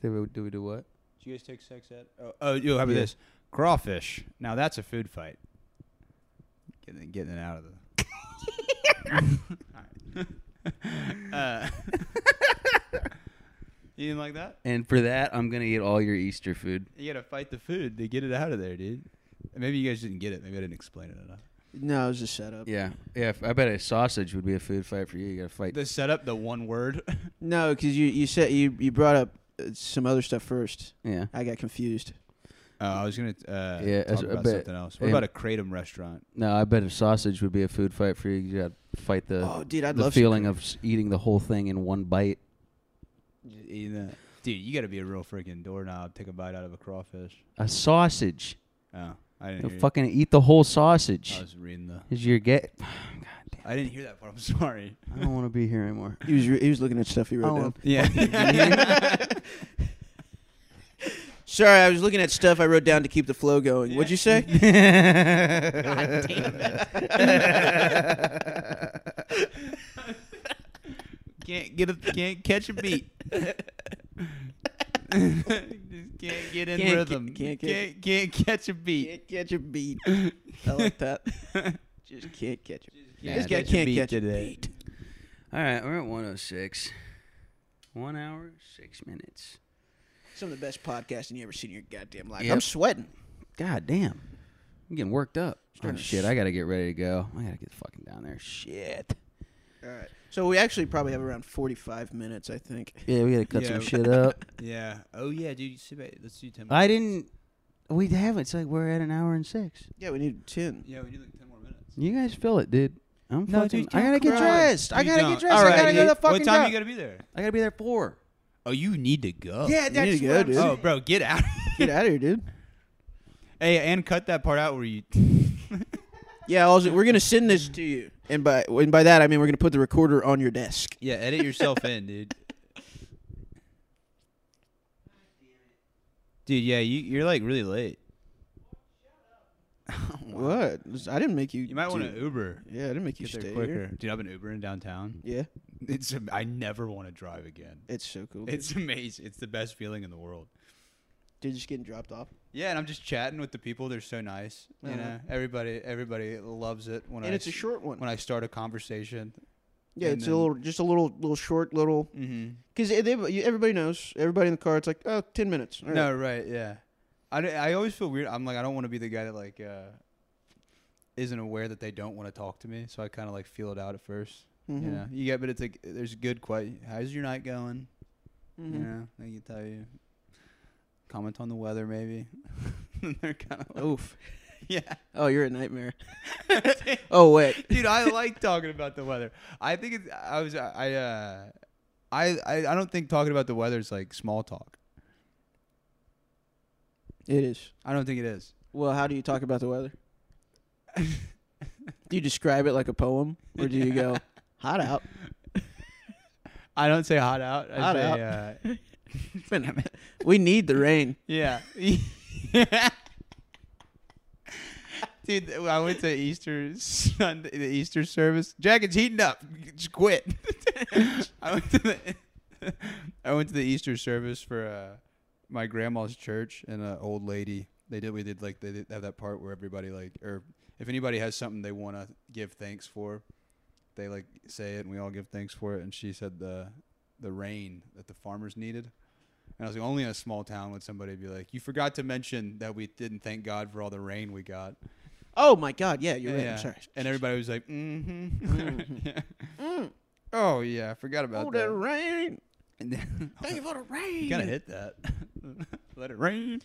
Do we do, we do what? Do you guys take sex ed? Oh, oh you how about Yeah. this crawfish? Now that's a food fight. Getting it- getting it out of the. Alright. uh, you didn't like that? And for that, I'm gonna eat all your Easter food. You gotta fight the food to get it out of there, dude. Maybe you guys didn't get it. Maybe I didn't explain it enough. No, it was a setup. Yeah, yeah. I bet a sausage would be a food fight for you. You gotta fight. The setup, the one word. No, because you you said you you brought up uh, some other stuff first. yeah. I got confused. Oh, I was gonna uh, Yeah, talk I about bet- something else. What and- about a kratom restaurant? No, I bet a sausage would be a food fight for you. You gotta fight the oh, dude, I'd the love feeling of s- eating the whole thing in one bite. Eating that. Dude, you gotta be a real freaking doorknob. Take a bite out of a crawfish. A sausage. Oh, I didn't. You hear you. fucking eat the whole sausage. I was reading the. Is your get? I didn't hear that part. I'm sorry. I don't want to be here anymore. He was re- he was looking at stuff he wrote Oh, down. Yeah. Sorry, I was looking at stuff I wrote down to keep the flow going. What'd you say? can't get a can't catch a beat. Just can't get in Can't get- rhythm. can't can't, get- can't catch a beat. Can't catch a beat. I like that. Just can't catch a beat. Yeah, this guy catch a can't beat catch today. a beat. All right, we're at 106. One hour, six minutes. Some of the best podcasting you ever seen in your goddamn life. Yep. I'm sweating. God damn. I'm getting worked up. Oh, Starting to shit, s- I gotta get ready to go. I gotta get fucking down there. Shit. All right. So we actually probably have around 45 minutes, I think. Yeah, we gotta cut Yeah. some shit up. Yeah. Oh yeah, dude. You sit back. Let's do ten. More. I didn't. We haven't. It's like we're at an hour and six. Yeah, we need 10. Yeah, we need like ten more minutes. You guys feel it, dude. I'm No, fucking. dude, I gotta don't get cry. dressed. I You gotta don't. get dressed. All I gotta right, go to the What fucking time job. you gotta be there? I gotta be there at four. Oh, you need to go. Yeah, need that's to what go, I'm dude. saying. Oh, bro, get out. Get out of here, dude. hey, and cut that part out where you. Yeah, also, we're gonna send this to you, and by and by that I mean we're gonna put the recorder on your desk. Yeah, edit yourself in, dude. Dude, yeah, you, you're like really late. What? I didn't make you. You might want do- to Uber. Yeah, I didn't make you Get stay there here. quicker. Dude, I've been Ubering downtown. Yeah, It's am- I never want to drive again. it's so cool. dude. It's amazing. It's the best feeling in the world. Dude, just getting dropped off. Yeah, and I'm just chatting with the people. They're so nice. You Uh-huh. know, everybody everybody loves it when and I it's a s- short one. when I start a conversation. yeah, and it's a then- little, just a little, little short, little. Mm-hmm. Because everybody knows, everybody in the car. It's like, oh, 10 minutes. All right. No, right, yeah. I, d- I always feel weird. I'm like I don't want to be the guy that like uh, isn't aware that they don't want to talk to me. So I kind of like feel it out at 1st You Mhm. know, you get, but it's like there's good. Quite, how's your night going? You Mhm. know, they can tell you. Comment on the weather, maybe. They're kind of Oof. yeah, Oh, you're a nightmare. oh wait. dude. I like talking about the weather. I think it's. I was. I. Uh, I, I. I don't think talking about the weather is like small talk. It is. I don't think it is. Well, how do you talk about the weather? do you describe it like a poem, or do you go hot out? I don't say hot out. I Hot say, out. Uh, Wait a minute. we need the rain. Yeah. Dude, I went to Easter Sunday, the Easter service. Jack, it's heating up. Just quit. I went to the I went to the Easter service for uh, my grandma's church, and an old lady. They did. We did like they did have that part where everybody like, or if anybody has something they want to give thanks for, they like say it, and we all give thanks for it. And she said the the rain that the farmers needed. And I was like, only in a small town would somebody be like, "You forgot to mention that we didn't thank God for all the rain we got." Oh my God! Yeah, you're right. Yeah. I'm sorry. And everybody was like, "Mm-hmm." Mhm. Yeah. Mm, Oh yeah, I forgot about oh, the that. rain! And then- Thank you for the rain. you gotta hit that. Let it rain.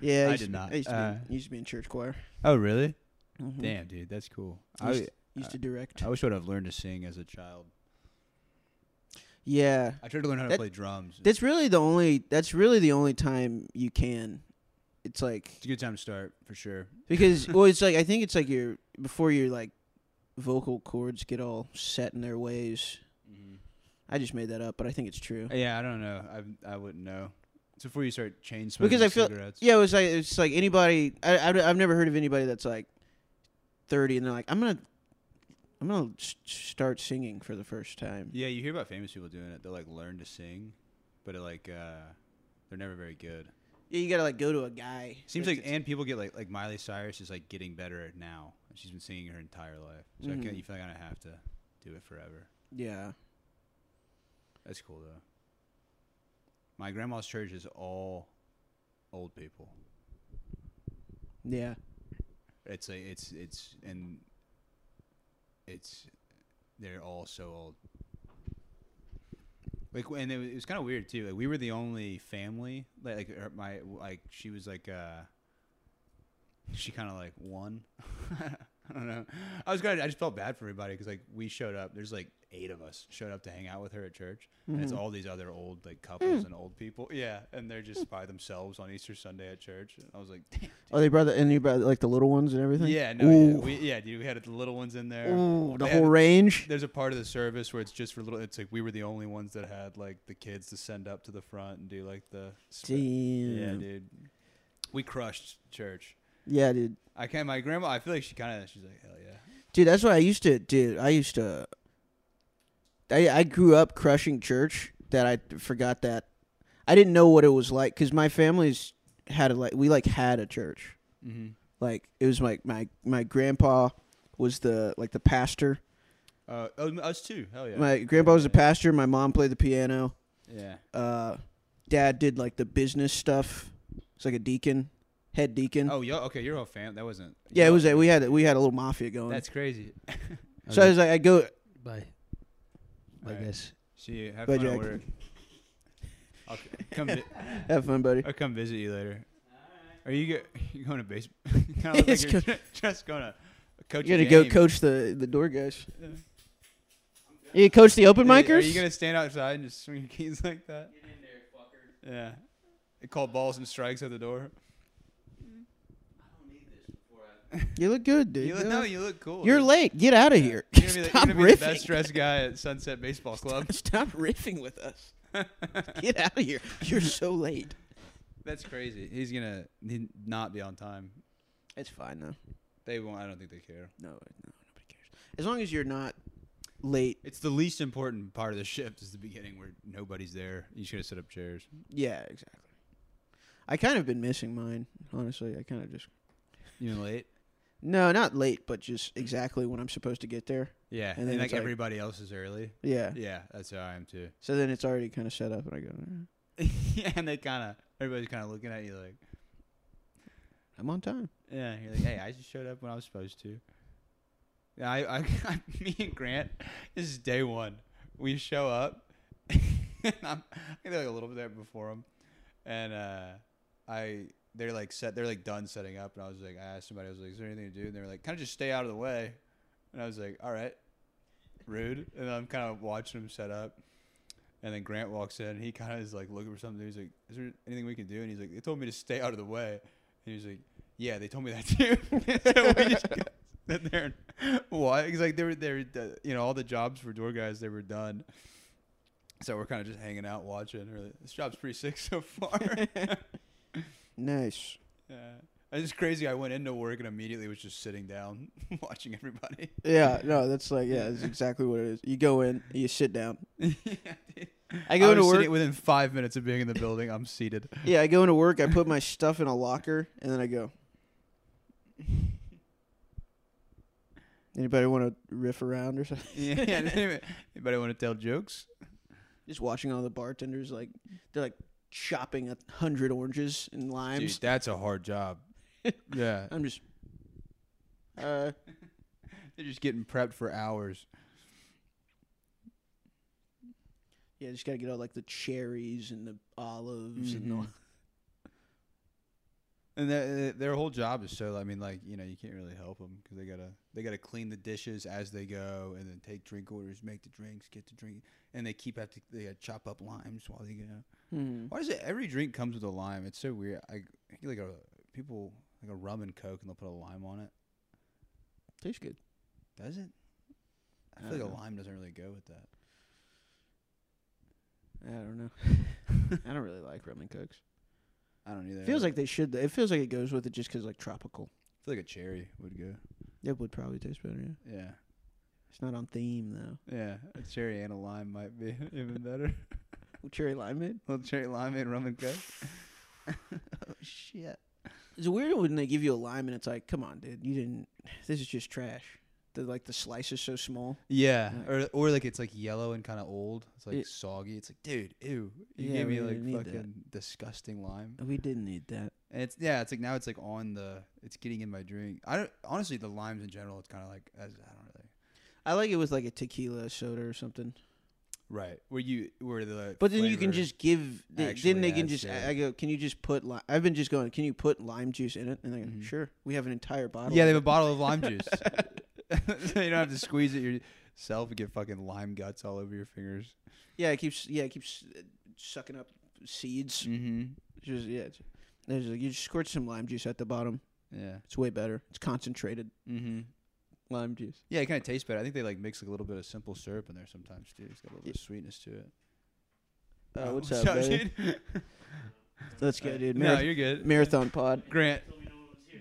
Yeah, I used did to- not. I used to, Uh, be, in- used to be in church choir. Oh really? Mhm. Damn, Uh, oh. dude, that's cool. Used, I used to direct. I wish I would have learned to sing as a child. Yeah. I tried to learn how to That- play drums. That's really the only. That's really the only time you can. It's like It's a good time to start for sure. because well, it's like I think it's like your before your like vocal cords get all set in their ways. I just made that up, but I think it's true. Mm-hmm. Yeah, I don't know. I I wouldn't know. It's before you start chain smoking Because I feel- cigarettes. Yeah, it was like it's like anybody. I, I I've never heard of anybody that's like thirty and they're like I'm gonna I'm gonna s- start singing for the first time. Yeah, you hear about famous people doing it. They like learn to sing, but it, like uh, they're never very good. Yeah, you gotta like go to a guy. Seems that's- like and people get like like Miley Cyrus is like getting better now. She's been singing her entire life, so Mhm. I can't, you feel like I have to do it forever. yeah. That's cool though. My grandma's church is all old people. Yeah. It's like it's it's and it's they're all so old. Like and it was, it was kind of weird too. Like we were the only family. Like, like her, my like she was like uh she kind of like won. I don't know. I was kind of I just felt bad for everybody because like we showed up. There's like eight of us showed up to hang out with her at church, and Mm-hmm. it's all these other old like couples and old people. Yeah, and they're just by themselves on Easter Sunday at church. And I was like, damn. Oh, they brought the, and you brought like the little ones and everything. Yeah, no, yeah. Ooh. We, yeah, dude, we had the little ones in there. Ooh, the They whole had- range. There's a part of the service where it's just for little. It's like we were the only ones that had like the kids to send up to the front and do like the. spe- Damn. Yeah, dude, we crushed church. Yeah, dude. I can't. My grandma. I feel like she kind of. She's like, hell yeah. Dude, that's what I used to. Dude, I used to. I I grew up crushing church. That I forgot that. I didn't know what it was like because my family's had a like we like had a church. Mm-hmm. Like it was like my my grandpa was the like the pastor. Uh, oh, us too. Hell yeah. My grandpa was the pastor. My mom played the piano. Yeah. Uh, dad did like the business stuff. It's like a deacon, head deacon. Oh, yo. Okay, your whole fam. That wasn't. yeah, it y'all- was that we had we had a little mafia going. That's crazy. so I was like, I go. Bye. I Alright. guess. She have Glad fun you at like- work. I'll c- come. vi- Have fun, buddy. I'll come visit you later. Are you go, you going to baseball? kind of like It's you're ju- just going to coach. You a gotta go game. coach the the door guys. Yeah. You coach the open Are you- micers. Are you gonna stand outside and just swing your keys like that? Get in there, fucker. Yeah. They call balls and strikes at the door. You look good, dude. You look, You no, look- you look cool. you're dude. late. Get out of Yeah. here. You're gonna be, the, Stop you're gonna be the riffing. best dressed guy at Sunset Baseball Club. Stop riffing with us. Get out of here. You're so late. That's crazy. He's gonna n- not be on time. It's fine though. They won't. I don't think they care. No, no, nobody cares. As long as you're not late. It's the least important part of the shift is the beginning where nobody's there. You should have set up chairs. Yeah, exactly. I kind of been missing mine, honestly. I kind of just You know, late. no, not late, but just exactly when I'm supposed to get there. Yeah, And and, then like it's like- everybody else is early. Yeah. Yeah, that's how I am too. So then it's already kind of set up, and I go, "Eh, yeah, and they kind of everybody's kind of looking at you like, I'm on time. yeah, you're like, hey, I just showed up when I was supposed to. Yeah, I, I, me and Grant, this is day one. We show up, and I'm, I think like a little bit there before him, and uh, I, they're like set, they're like done setting up, and I was like, I asked somebody, I was like, is there anything to do? And they were like, kind of just stay out of the way, and I was like, all right, rude, and I'm kind of watching them set up. And then Grant walks in. And he kind of is like looking for something. He's like, "Is there anything we can do?" And he's like, "They told me to stay out of the way." And he's like, "Yeah, they told me that too." so we just got- sat there. And why? Because like they were they were uh, you know all the jobs for door guys they were done. So we're kind of just hanging out watching. We're like, this job's pretty sick so far. Nice. yeah. And It's crazy. I went into work and immediately was just sitting down watching everybody. Yeah, no, that's like yeah, that's exactly what it is. You go in, you sit down. yeah, dude. I go was to work. sitting- within five minutes of being in the building. I'm seated. Yeah, I go into work. I put my stuff in a locker, and then I go. Anybody want to riff around or something? yeah. Anyway, anybody want to tell jokes? Just watching all the bartenders like they're like chopping a hundred oranges and limes. that's a hard job. yeah, I'm just. Uh, they're just getting prepped for hours. yeah, just Mm-hmm. gotta get all like the cherries and the olives and all. And their, their whole job is so. I mean, like you know, you can't really help them because they gotta they gotta clean the dishes as they go, and then take drink orders, make the drinks, get the drink, and they keep have to they gotta chop up limes while they go. Mhm. Why is it every drink comes with a lime? It's so weird. I I think like a people like a rum and coke, and they'll put a lime on it. Tastes good. Does it? I I feel like don't a know. lime doesn't really go with that. I don't know. I don't really like rum and cokes. I don't either. Feels I like they should. though. It feels like it goes with it just 'cause like tropical. feel like a cherry would go. It would probably taste better. Yeah. Yeah, It's not on theme though. yeah. A cherry and a lime might be even better. Cherry limeade. Little cherry lime and rum and coke. oh shit. It's weird when they give you a lime and it's like, come on, dude, you didn't. This is just trash. The like the slice is so small. Yeah, Like- or or like it's like yellow and kind of old. It's like It- soggy. It's like, dude, ew. You Yeah, gave we me didn't need like that. fucking disgusting lime. We didn't need that. And it's yeah, it's like now it's like on the it's getting in my drink. I don't honestly the limes in general. It's kind of like as I don't really I like it with like a tequila soda or something. right where you where the But then you can flavor- just give. They, then actually they can adds just. to it. I, I go. Can you just put? Li-? I've been just going. Can you put lime juice in it? And they go, Mhm. sure. We have an entire bottle. yeah of they have a it." bottle of lime juice, so you don't have to squeeze it yourself and get fucking lime guts all over your fingers. yeah. It keeps. Yeah, it keeps uh, sucking up seeds. Mm-hmm. It's Just yeah. It's, there's a, you just squirt some lime juice at the bottom. Yeah. It's way better. It's concentrated Mm-hmm. lime juice. Yeah, it kind of tastes better. I think they like mix like a little bit of simple syrup in there sometimes too. It's got a little bit of sweetness to it. Uh, Oh, what's up, baby? dude? Let's go, dude. no, Marath- you're good. Marathon pod. Grant,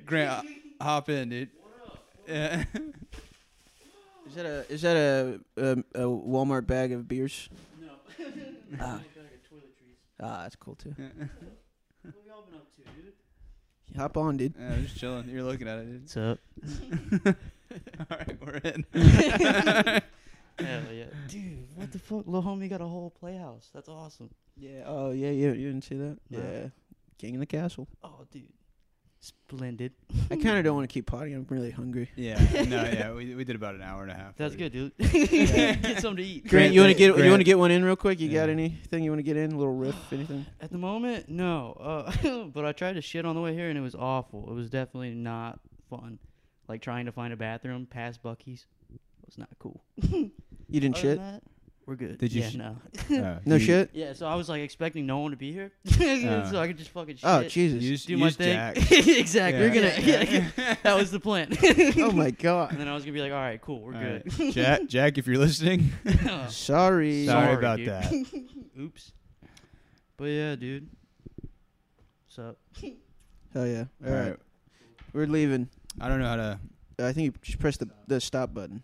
Grant, uh, hop in, dude. Yeah. Is that a is that a a, a Walmart bag of beers? No. ah. ah, that's cool too. Hop on, dude. Yeah, I'm just chilling. You're looking at it. Dude. What's up? All right, we're in. Hell yeah. Dude, what the fuck? Little homie got a whole playhouse. That's awesome. Yeah. Oh yeah. You you didn't see that? No. Yeah. King of the castle. Oh, dude. Splendid. I kind of don't want to keep potting. I'm really hungry. Yeah, no, yeah, we, we did about an hour and a half. That's already. good, dude. Get something to eat. Grant, you want to Grant, get you want to Grant. get one in real quick? You got Yeah. anything you want to get in? A little riff? Anything? At the moment, no. Uh, but I tried to shit on the way here and it was awful. It was definitely not fun. Like trying to find a bathroom past Bucky's was not cool. You didn't Other shit? than that, we're good. Did you yeah, sh- no. Uh, No you- shit. Yeah, so I was like expecting no one to be here, Uh. so I could just fucking shit. Oh You Jesus! just, do you my just thing. jacked. exactly. You're gonna- Yeah, yeah, yeah. that was the plan. oh my And God! then I was gonna be like, all right, cool, we're All good. right. Jack, Jack, if you're listening, Oh. Sorry. sorry Sorry, about dude. that. Oops. But yeah, dude. What's up? Hell yeah! All right, We're leaving. I don't know how to. I think you just press the the stop button.